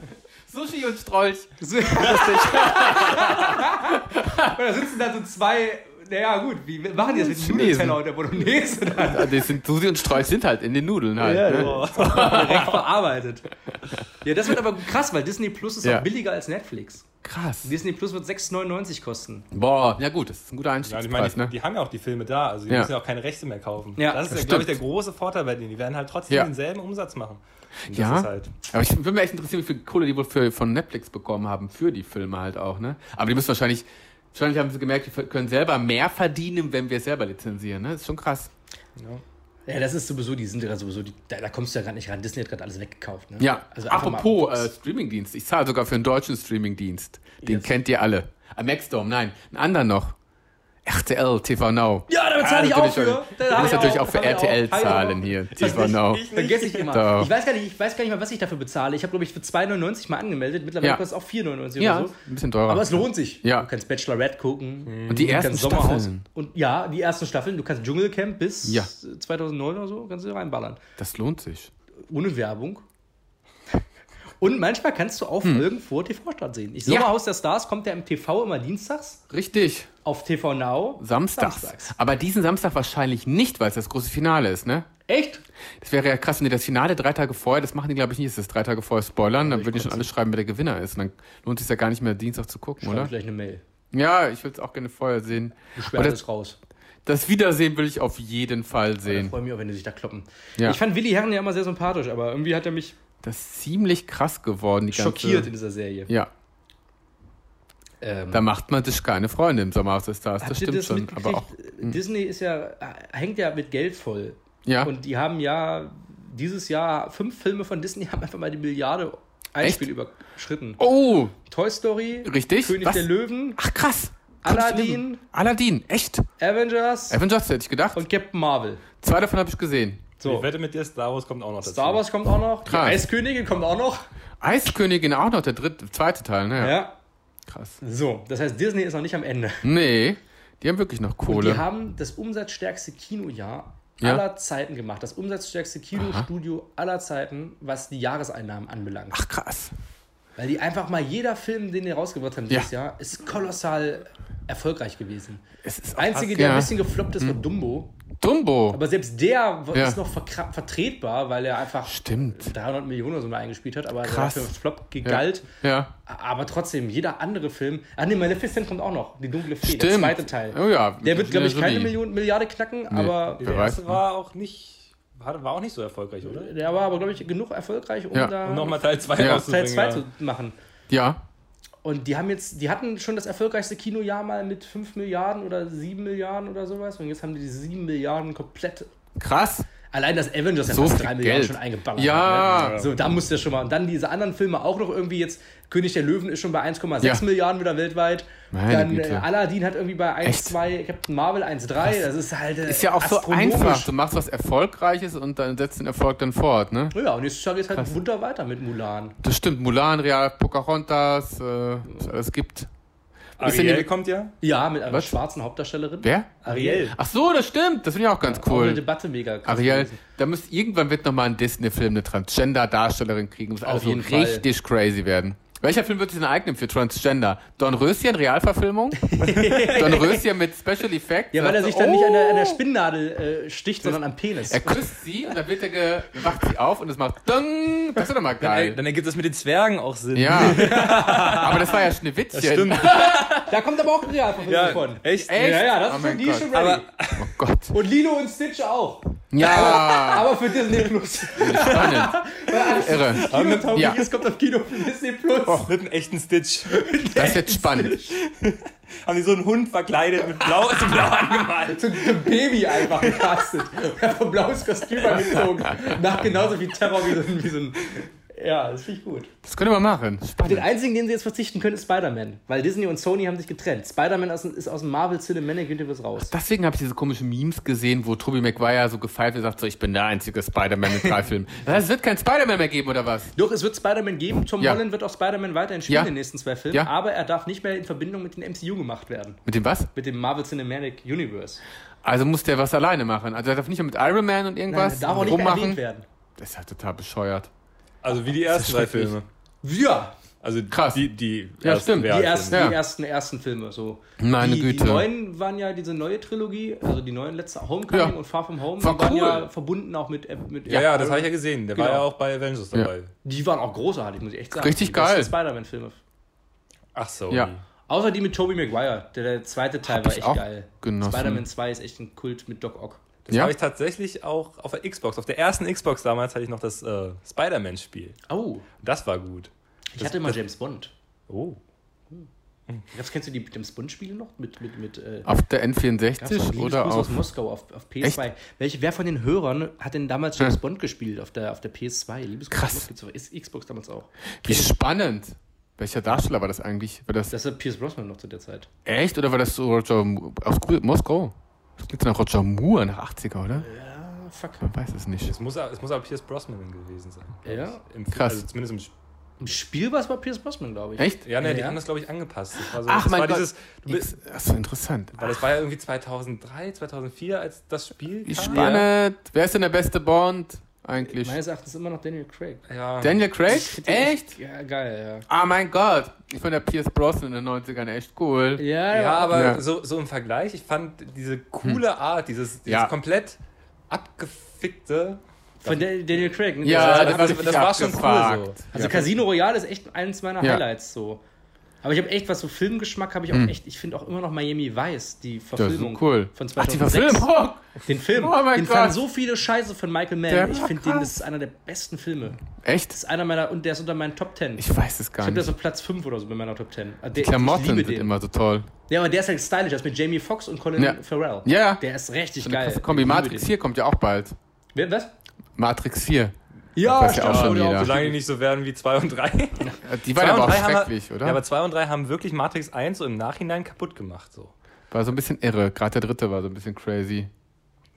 [SPEAKER 1] Sushi und Strolch.
[SPEAKER 2] So- Lustig. *laughs* und da sitzen dann so zwei, naja gut, wie machen die das mit dem
[SPEAKER 1] Chinesen.
[SPEAKER 2] Nudelteller und der Bolognese dann?
[SPEAKER 1] Ja, die sind, Susi und Strolch sind halt in den Nudeln halt.
[SPEAKER 3] Ja,
[SPEAKER 1] ne?
[SPEAKER 3] boah.
[SPEAKER 2] direkt verarbeitet. Ja, das wird aber krass, weil Disney Plus ist
[SPEAKER 1] Ja.
[SPEAKER 2] auch billiger als Netflix.
[SPEAKER 1] Krass.
[SPEAKER 2] Disney Plus wird 6,99 kosten.
[SPEAKER 1] Boah, ja gut, das ist ein guter
[SPEAKER 3] Ja, und ich meine,
[SPEAKER 1] Einstiegspreis,
[SPEAKER 3] die,
[SPEAKER 1] ne?
[SPEAKER 3] die haben ja auch die Filme da, also die
[SPEAKER 1] Ja.
[SPEAKER 3] müssen ja auch keine Rechte mehr kaufen.
[SPEAKER 2] Ja,
[SPEAKER 3] das ist,
[SPEAKER 1] das
[SPEAKER 3] ja, glaube ich, der
[SPEAKER 1] stimmt.
[SPEAKER 3] große Vorteil bei denen. Die werden halt trotzdem
[SPEAKER 1] Ja.
[SPEAKER 3] denselben Umsatz machen. Und
[SPEAKER 1] Ja.
[SPEAKER 3] Das ist halt,
[SPEAKER 1] Aber ich würde mir echt interessieren, wie viel Kohle die wohl für, von Netflix bekommen haben, für die Filme halt auch, ne? Aber die müssen wahrscheinlich, wahrscheinlich haben sie gemerkt, die können selber mehr verdienen, wenn wir es selber lizenzieren, ne? ist schon krass.
[SPEAKER 2] Ja, das ist sowieso, die sind ja sowieso, die, da, da kommst du ja gerade nicht ran. Disney hat gerade alles weggekauft. Ne?
[SPEAKER 1] Ja,
[SPEAKER 2] also einfach mal-
[SPEAKER 1] apropos äh, Streamingdienst. Ich zahle sogar für einen deutschen Streamingdienst. Den
[SPEAKER 2] Yes.
[SPEAKER 1] kennt ihr alle. Ah, Maxdome, nein, einen anderen noch. RTL, TV Now.
[SPEAKER 2] Ja, da bezahle
[SPEAKER 1] Ah,
[SPEAKER 2] ich auch
[SPEAKER 1] natürlich
[SPEAKER 2] für.
[SPEAKER 1] auch.
[SPEAKER 2] Da
[SPEAKER 1] Du
[SPEAKER 2] hab
[SPEAKER 1] musst
[SPEAKER 2] ich
[SPEAKER 1] natürlich auch für
[SPEAKER 2] hab ich
[SPEAKER 1] RTL
[SPEAKER 2] hab ich
[SPEAKER 1] zahlen hier. TV Now.
[SPEAKER 2] Vergesse ich immer.
[SPEAKER 1] Doch.
[SPEAKER 2] Ich, weiß gar nicht, ich weiß gar nicht mal, was ich dafür bezahle. Ich habe, glaube ich, für 2,99 mal angemeldet. Mittlerweile
[SPEAKER 1] Ja.
[SPEAKER 2] kostet es auch 4,99
[SPEAKER 1] Ja,
[SPEAKER 2] oder genau so.
[SPEAKER 1] ein bisschen teurer.
[SPEAKER 2] Aber es lohnt sich.
[SPEAKER 1] Ja.
[SPEAKER 2] Du kannst Bachelorette gucken.
[SPEAKER 1] Und die
[SPEAKER 2] du
[SPEAKER 1] ersten
[SPEAKER 2] kannst Sommerhaus.
[SPEAKER 1] Staffeln.
[SPEAKER 2] Und ja, die ersten Staffeln. Du kannst Dschungelcamp bis
[SPEAKER 1] Ja.
[SPEAKER 2] 2009 oder so, kannst du reinballern.
[SPEAKER 1] Das lohnt sich.
[SPEAKER 2] Ohne Werbung. *laughs* Und manchmal kannst du auch Folgen vor TV-Start sehen. Ich
[SPEAKER 1] Hm. Ja.
[SPEAKER 2] Sommerhaus der Stars kommt ja im TV immer dienstags,
[SPEAKER 1] Richtig.
[SPEAKER 2] auf TV Now
[SPEAKER 1] Samstags. Aber diesen Samstag wahrscheinlich nicht, weil es das große Finale ist, ne?
[SPEAKER 2] Echt?
[SPEAKER 1] Das wäre ja krass, wenn die das Finale drei Tage vorher, das machen die glaube ich nicht, ist das drei Tage vorher spoilern, dann würden die schon alle schreiben, wer der Gewinner ist. Und dann lohnt es sich ja gar nicht mehr Dienstag zu gucken,
[SPEAKER 2] Schreib
[SPEAKER 1] oder?
[SPEAKER 2] gleich eine Mail.
[SPEAKER 1] Ja, ich will es auch gerne vorher sehen.
[SPEAKER 2] Beschwer
[SPEAKER 1] Und das,
[SPEAKER 2] alles raus.
[SPEAKER 1] das Wiedersehen will ich auf jeden Fall
[SPEAKER 2] Ich
[SPEAKER 1] sehen.
[SPEAKER 2] freue mich auch, wenn die sich da kloppen.
[SPEAKER 1] Ja.
[SPEAKER 2] Ich fand Willi Herren ja immer sehr sympathisch, aber irgendwie hat er mich
[SPEAKER 1] Das ist ziemlich krass geworden, die
[SPEAKER 2] schockiert
[SPEAKER 1] ganze...
[SPEAKER 2] in dieser Serie.
[SPEAKER 1] Ja,
[SPEAKER 2] Ähm,
[SPEAKER 1] da macht man sich keine Freunde im Sommerhaus der Stars,
[SPEAKER 2] habt
[SPEAKER 1] das
[SPEAKER 2] ihr
[SPEAKER 1] stimmt schon.
[SPEAKER 2] mitgekriegt?
[SPEAKER 1] Aber auch, hm.
[SPEAKER 2] Disney ist ja, äh, hängt ja mit Geld voll.
[SPEAKER 1] ja,
[SPEAKER 2] Und die haben ja dieses Jahr fünf Filme von Disney haben einfach mal die Milliarde Einspiel überschritten.
[SPEAKER 1] oh,
[SPEAKER 2] Toy Story,
[SPEAKER 1] Richtig?
[SPEAKER 2] König
[SPEAKER 1] Was?
[SPEAKER 2] der Löwen,
[SPEAKER 1] ach krass.
[SPEAKER 2] Aladdin.
[SPEAKER 1] Aladdin, echt?
[SPEAKER 2] Avengers
[SPEAKER 1] Avengers hätte ich gedacht.
[SPEAKER 2] und Captain Marvel.
[SPEAKER 1] Zwei davon habe ich gesehen.
[SPEAKER 3] So. Ich
[SPEAKER 2] So.
[SPEAKER 3] wette mit dir, Star Wars kommt auch noch dazu.
[SPEAKER 2] Star Wars kommt auch noch, die
[SPEAKER 1] Krass.
[SPEAKER 2] Eiskönigin kommt auch noch.
[SPEAKER 1] Eiskönigin auch noch, der dritte, zweite Teil, ne? Ja.
[SPEAKER 2] Ja.
[SPEAKER 1] Krass.
[SPEAKER 2] So, das heißt, Disney ist noch nicht am Ende.
[SPEAKER 1] Nee, die haben wirklich noch
[SPEAKER 2] Und
[SPEAKER 1] Kohle.
[SPEAKER 2] die haben das umsatzstärkste Kinojahr
[SPEAKER 1] Ja.
[SPEAKER 2] aller Zeiten gemacht. Das umsatzstärkste Kinostudio aller Zeiten, was die Jahreseinnahmen anbelangt.
[SPEAKER 1] Ach krass.
[SPEAKER 2] Weil die einfach mal jeder Film, den die rausgebracht haben
[SPEAKER 1] Ja.
[SPEAKER 2] dieses Jahr, ist kolossal erfolgreich gewesen.
[SPEAKER 1] Es ist
[SPEAKER 2] Das Einzige,
[SPEAKER 1] krass,
[SPEAKER 2] der
[SPEAKER 1] ja.
[SPEAKER 2] ein bisschen gefloppt ist, war Dumbo.
[SPEAKER 1] Dumbo.
[SPEAKER 2] Aber selbst der w-
[SPEAKER 1] Ja.
[SPEAKER 2] ist noch verkra- vertretbar, weil er einfach
[SPEAKER 1] Stimmt.
[SPEAKER 2] 300 Millionen oder so mal eingespielt hat, aber
[SPEAKER 1] Krass.
[SPEAKER 2] dafür Flop gegalt.
[SPEAKER 1] Ja.
[SPEAKER 2] Aber trotzdem, jeder andere Film. Ah, nee, Maleficent kommt auch noch. Die dunkle Fee, der
[SPEAKER 1] Stimmt.
[SPEAKER 2] zweite Teil.
[SPEAKER 1] Oh ja.
[SPEAKER 2] Der wird, glaube ich, keine
[SPEAKER 1] Million.
[SPEAKER 2] Million, Milliarde knacken, aber
[SPEAKER 3] Der
[SPEAKER 1] Wer weiß,
[SPEAKER 3] erste
[SPEAKER 1] ne?
[SPEAKER 3] war auch nicht, war war auch nicht so erfolgreich, oder?
[SPEAKER 2] der war aber, glaube ich, genug erfolgreich, um
[SPEAKER 1] Ja.
[SPEAKER 2] da
[SPEAKER 3] Um nochmal Teil 2
[SPEAKER 1] Ja.
[SPEAKER 2] Teil
[SPEAKER 3] rauszubringen.
[SPEAKER 2] 2
[SPEAKER 3] ja.
[SPEAKER 2] zu machen.
[SPEAKER 1] Ja.
[SPEAKER 2] Und die haben jetzt, die hatten schon das erfolgreichste Kinojahr mal mit 5 Milliarden oder 7 Milliarden oder sowas. Und jetzt haben die diese 7 Milliarden komplett.
[SPEAKER 1] Krass.
[SPEAKER 2] Allein das Avengers ja
[SPEAKER 1] So
[SPEAKER 2] fast
[SPEAKER 1] viel
[SPEAKER 2] 3 Milliarden
[SPEAKER 1] Geld.
[SPEAKER 2] schon eingeballert.
[SPEAKER 1] Ja.
[SPEAKER 2] Hat, ne? So, da musst du ja schon mal. Und dann diese anderen Filme auch noch irgendwie jetzt. König der Löwen ist schon bei 1,6
[SPEAKER 1] Ja.
[SPEAKER 2] Milliarden wieder weltweit.
[SPEAKER 1] Meine
[SPEAKER 2] dann äh,
[SPEAKER 1] Güte.
[SPEAKER 2] Aladdin hat irgendwie bei 1,
[SPEAKER 1] Echt?
[SPEAKER 2] 2, Captain Marvel 1, 3. Das ist halt. äh,
[SPEAKER 1] Ist ja auch so
[SPEAKER 2] astronomisch.
[SPEAKER 1] einfach. Du machst was Erfolgreiches und dann setzt den Erfolg dann fort, ne?
[SPEAKER 2] Ja, und jetzt geht es halt munter weiter mit Mulan.
[SPEAKER 1] Das stimmt. Mulan, Real, Pocahontas, äh, was alles gibt. Ist denn
[SPEAKER 3] Ariel
[SPEAKER 1] die-
[SPEAKER 3] kommt ja.
[SPEAKER 2] Ja, mit einer
[SPEAKER 1] Was?
[SPEAKER 2] schwarzen Hauptdarstellerin.
[SPEAKER 1] Wer?
[SPEAKER 3] Ariel.
[SPEAKER 1] Ach so, das stimmt. Das finde ich auch ganz
[SPEAKER 2] Auch eine
[SPEAKER 1] cool.
[SPEAKER 2] Debatte mega krass
[SPEAKER 1] Ariel,
[SPEAKER 2] gewesen.
[SPEAKER 1] da müsst irgendwann wird nochmal ein Disney-Film eine Transgender-Darstellerin kriegen. Muss also
[SPEAKER 2] jeden Fall.
[SPEAKER 1] richtig crazy werden. Welcher Film wird sich denn eignen für Transgender? Dornröschen,
[SPEAKER 2] *laughs*
[SPEAKER 1] Realverfilmung? Dornröschen mit Special Effects?
[SPEAKER 2] Ja, weil er
[SPEAKER 1] Sagst
[SPEAKER 2] sich
[SPEAKER 1] du,
[SPEAKER 2] dann nicht an der, an der
[SPEAKER 1] oh!
[SPEAKER 2] Spinnennadel äh, sticht, sondern am Penis.
[SPEAKER 1] Er küsst sie und dann wird er ge wacht sie auf und es macht Dung. Das ist doch mal
[SPEAKER 3] Dann,
[SPEAKER 1] geil.
[SPEAKER 3] dann ergibt das mit den Zwergen auch Sinn.
[SPEAKER 1] Ja. *laughs* Aber das war ja Schneewittchen.
[SPEAKER 3] Stimmt.
[SPEAKER 2] Da kommt aber auch ein Realverfilm
[SPEAKER 3] Ja,
[SPEAKER 2] von.
[SPEAKER 1] Echt?
[SPEAKER 3] echt?
[SPEAKER 2] Ja, ja, das
[SPEAKER 1] Oh
[SPEAKER 2] ist für
[SPEAKER 1] mein
[SPEAKER 2] die
[SPEAKER 1] Gott.
[SPEAKER 2] schon ready.
[SPEAKER 3] Aber
[SPEAKER 1] Oh Gott.
[SPEAKER 2] und Lilo und Stitch auch.
[SPEAKER 1] Ja,
[SPEAKER 2] Aber für Disney Plus.
[SPEAKER 1] spannend. Irre.
[SPEAKER 2] Kino tauglich
[SPEAKER 1] ja.
[SPEAKER 2] ist, *laughs* kommt auf Kino für Disney Plus.
[SPEAKER 1] Oh.
[SPEAKER 3] mit einem echten Stitch. *laughs*
[SPEAKER 1] Das ist jetzt spannend.
[SPEAKER 3] Haben die so einen Hund verkleidet mit blau, ist blau angemalt.
[SPEAKER 2] So ein Baby einfach gecastet. Er hat ein blaues Kostüm angezogen. Nach genauso viel Terror wie so ein. Wie so ein ja, das finde ich gut.
[SPEAKER 1] Das können wir machen.
[SPEAKER 2] Den
[SPEAKER 1] Spannend.
[SPEAKER 2] einzigen, den sie jetzt verzichten können, ist Spider-Man. Weil Disney und Sony haben sich getrennt. Spider-Man aus- ist aus dem Marvel Cinematic Universe raus.
[SPEAKER 1] Deswegen habe ich diese komischen Memes gesehen, wo Tobey Maguire so gefeilt wird und sagt so, ich bin der einzige Spider-Man mit drei
[SPEAKER 2] *laughs*
[SPEAKER 1] Filmen. Das heißt, es wird kein Spider-Man mehr geben, oder was?
[SPEAKER 2] Doch, es wird Spider-Man geben. Tom
[SPEAKER 1] Ja.
[SPEAKER 2] Holland wird auch Spider-Man weiterhin spielen
[SPEAKER 1] Ja.
[SPEAKER 2] in den nächsten zwei Filmen.
[SPEAKER 1] Ja.
[SPEAKER 2] Aber er darf nicht mehr in Verbindung mit dem MCU gemacht werden.
[SPEAKER 1] Mit dem was?
[SPEAKER 2] Mit dem Marvel Cinematic Universe.
[SPEAKER 1] Also muss der was alleine machen. Also er darf nicht mehr mit Iron Man und irgendwas
[SPEAKER 2] er darf auch nicht mehr erwähnt
[SPEAKER 1] rummachen.
[SPEAKER 2] werden.
[SPEAKER 1] Das ist ja total bescheuert.
[SPEAKER 3] Also wie die ersten drei Filme.
[SPEAKER 2] Ja,
[SPEAKER 3] Also
[SPEAKER 1] Krass.
[SPEAKER 3] die, die
[SPEAKER 1] Ja, stimmt.
[SPEAKER 2] die,
[SPEAKER 3] Realfilme.
[SPEAKER 2] ersten,
[SPEAKER 1] ja.
[SPEAKER 2] die ersten, ersten Filme. So.
[SPEAKER 1] Meine
[SPEAKER 2] die,
[SPEAKER 1] Güte.
[SPEAKER 2] Die neuen waren ja diese neue Trilogie, also die neuen letzte Homecoming
[SPEAKER 1] Ja.
[SPEAKER 2] und Far From Home,
[SPEAKER 1] War
[SPEAKER 2] die waren
[SPEAKER 1] cool.
[SPEAKER 2] ja verbunden auch mit. äh, mit
[SPEAKER 3] Ja, ja, das habe ich ja gesehen. Der war
[SPEAKER 2] Genau.
[SPEAKER 3] ja auch bei Avengers dabei.
[SPEAKER 2] Die waren auch großartig, muss ich echt sagen.
[SPEAKER 1] Richtig
[SPEAKER 2] die besten
[SPEAKER 1] geil.
[SPEAKER 2] Spider-Man-Filme.
[SPEAKER 3] Ach so.
[SPEAKER 1] Ja.
[SPEAKER 2] Außer die mit Tobey Maguire. Der, der zweite Teil war
[SPEAKER 1] ich
[SPEAKER 2] echt
[SPEAKER 1] auch
[SPEAKER 2] geil.
[SPEAKER 1] genossen.
[SPEAKER 2] Spider-Man 2 ist echt ein Kult mit Doc Ock.
[SPEAKER 3] Das
[SPEAKER 1] Ja?
[SPEAKER 3] habe ich tatsächlich auch auf der Xbox. Auf der ersten Xbox damals hatte ich noch das äh, Spider-Man-Spiel.
[SPEAKER 2] Oh,
[SPEAKER 3] Das war gut.
[SPEAKER 2] ich hatte mal James Bond.
[SPEAKER 3] Oh.
[SPEAKER 2] Gab's, kennst du die mit dem Sponge-Spiele noch? Mit, mit, mit, äh,
[SPEAKER 1] Auf der
[SPEAKER 2] gab's noch
[SPEAKER 1] N64 oder
[SPEAKER 2] einen Liebesgruß
[SPEAKER 1] auf.
[SPEAKER 2] aus Moskau auf, auf PS2. Welche, wer von den Hörern hat denn damals James Bond gespielt auf der, auf der PS2? Liebesgruß
[SPEAKER 1] Krass.
[SPEAKER 2] aus Moskau. Gibt's auf Ist Xbox damals auch.
[SPEAKER 1] Wie spannend. Welcher Darsteller war das eigentlich? War das,
[SPEAKER 2] Das war Pierce Brosnan noch zu der Zeit.
[SPEAKER 1] echt oder war das so Roger Mo- aus Gru- Moskau? Das klingt so nach Roger Moore, nach 80er, oder?
[SPEAKER 2] Ah, fuck.
[SPEAKER 1] Man weiß es nicht.
[SPEAKER 3] Es muss, auch- es muss auch Pierce Brosnan gewesen sein. glaub
[SPEAKER 2] Ja?
[SPEAKER 3] ich. Im,
[SPEAKER 1] Krass.
[SPEAKER 3] Krass. Also zumindest im Sp-
[SPEAKER 2] Im Spiel war es bei Pierce Brosnan, glaube ich.
[SPEAKER 1] Echt?
[SPEAKER 3] Ja, ne, die
[SPEAKER 2] Ja.
[SPEAKER 3] haben das, glaube ich, angepasst. Das war so,
[SPEAKER 1] Ach,
[SPEAKER 3] das
[SPEAKER 1] mein
[SPEAKER 3] war
[SPEAKER 1] Gott.
[SPEAKER 3] Dieses, du bist,
[SPEAKER 1] Das ist so interessant.
[SPEAKER 3] weil das war ja irgendwie 2003, 2004, als das Spiel
[SPEAKER 1] Wie
[SPEAKER 3] kam.
[SPEAKER 1] spannend. Wer ist denn der beste Bond eigentlich?
[SPEAKER 2] Meines Erachtens immer noch Daniel Craig.
[SPEAKER 3] Ja.
[SPEAKER 1] Daniel Craig? Echt?
[SPEAKER 2] Ja, geil,
[SPEAKER 1] Ah, mein Gott. Ich fand der Pierce Brosnan in den 90ern echt cool.
[SPEAKER 2] ja. Ja,
[SPEAKER 3] Ja, aber
[SPEAKER 1] Ja. Hm.
[SPEAKER 3] So, so im Vergleich, ich fand diese coole Art, dieses, dieses
[SPEAKER 1] Ja.
[SPEAKER 3] komplett abgefickte.
[SPEAKER 2] Von Dan- Daniel Craig. ne?
[SPEAKER 1] Ja,
[SPEAKER 3] Also,
[SPEAKER 1] das,
[SPEAKER 3] das-
[SPEAKER 1] war,
[SPEAKER 3] das
[SPEAKER 1] richtig
[SPEAKER 3] war schon cool so.
[SPEAKER 1] abgefuckt.
[SPEAKER 2] Also
[SPEAKER 1] Ja.
[SPEAKER 2] Casino Royale ist echt eines meiner
[SPEAKER 1] Ja. Mhm.
[SPEAKER 2] Highlights so. Aber ich habe echt, was so Filmgeschmack habe ich auch echt, ich finde auch immer noch Miami Vice, die
[SPEAKER 1] Das
[SPEAKER 2] Verfilmung
[SPEAKER 1] ist cool.
[SPEAKER 2] von
[SPEAKER 1] Ach, die
[SPEAKER 2] 2006.
[SPEAKER 1] Verfilmung.
[SPEAKER 2] Den Film,
[SPEAKER 1] Oh mein
[SPEAKER 2] den fanden
[SPEAKER 1] Gott.
[SPEAKER 2] so viele Scheiße von Michael Mann.
[SPEAKER 1] Der
[SPEAKER 2] ich
[SPEAKER 1] war
[SPEAKER 2] finde den,
[SPEAKER 1] krass.
[SPEAKER 2] das ist einer der besten Filme. Das
[SPEAKER 1] Echt?
[SPEAKER 2] ist einer meiner, und der ist unter meinen Top 10. Ich,
[SPEAKER 1] Ich weiß es gar
[SPEAKER 2] habe das
[SPEAKER 1] nicht.
[SPEAKER 2] auf Platz 5 oder so bei meiner Top 10. Also der, ich
[SPEAKER 1] Klamotten
[SPEAKER 2] liebe
[SPEAKER 1] sind
[SPEAKER 2] den.
[SPEAKER 1] immer so toll.
[SPEAKER 2] Ja, aber der ist halt stylisch, das mit Jamie Foxx und Colin
[SPEAKER 1] Ja.
[SPEAKER 2] Farrell.
[SPEAKER 1] Ja, ja.
[SPEAKER 2] Der ist richtig
[SPEAKER 1] So eine
[SPEAKER 2] geil.
[SPEAKER 1] krasse Kombi.
[SPEAKER 2] Ich liebe
[SPEAKER 1] Matrix
[SPEAKER 2] den.
[SPEAKER 1] 4 kommt ja auch bald.
[SPEAKER 2] Wer- Was?
[SPEAKER 1] Matrix 4.
[SPEAKER 2] Ja,
[SPEAKER 1] weiß ja auch schon
[SPEAKER 2] oder
[SPEAKER 1] jeder.
[SPEAKER 3] Solange die nicht so werden wie 2 und 3.
[SPEAKER 1] Äh, Die waren aber auch schrecklich,
[SPEAKER 3] haben,
[SPEAKER 1] oder?
[SPEAKER 3] Ja, aber 2 und 3 haben wirklich Matrix 1 so im Nachhinein kaputt gemacht. So.
[SPEAKER 1] war so ein bisschen irre. Gerade der dritte war so ein bisschen crazy.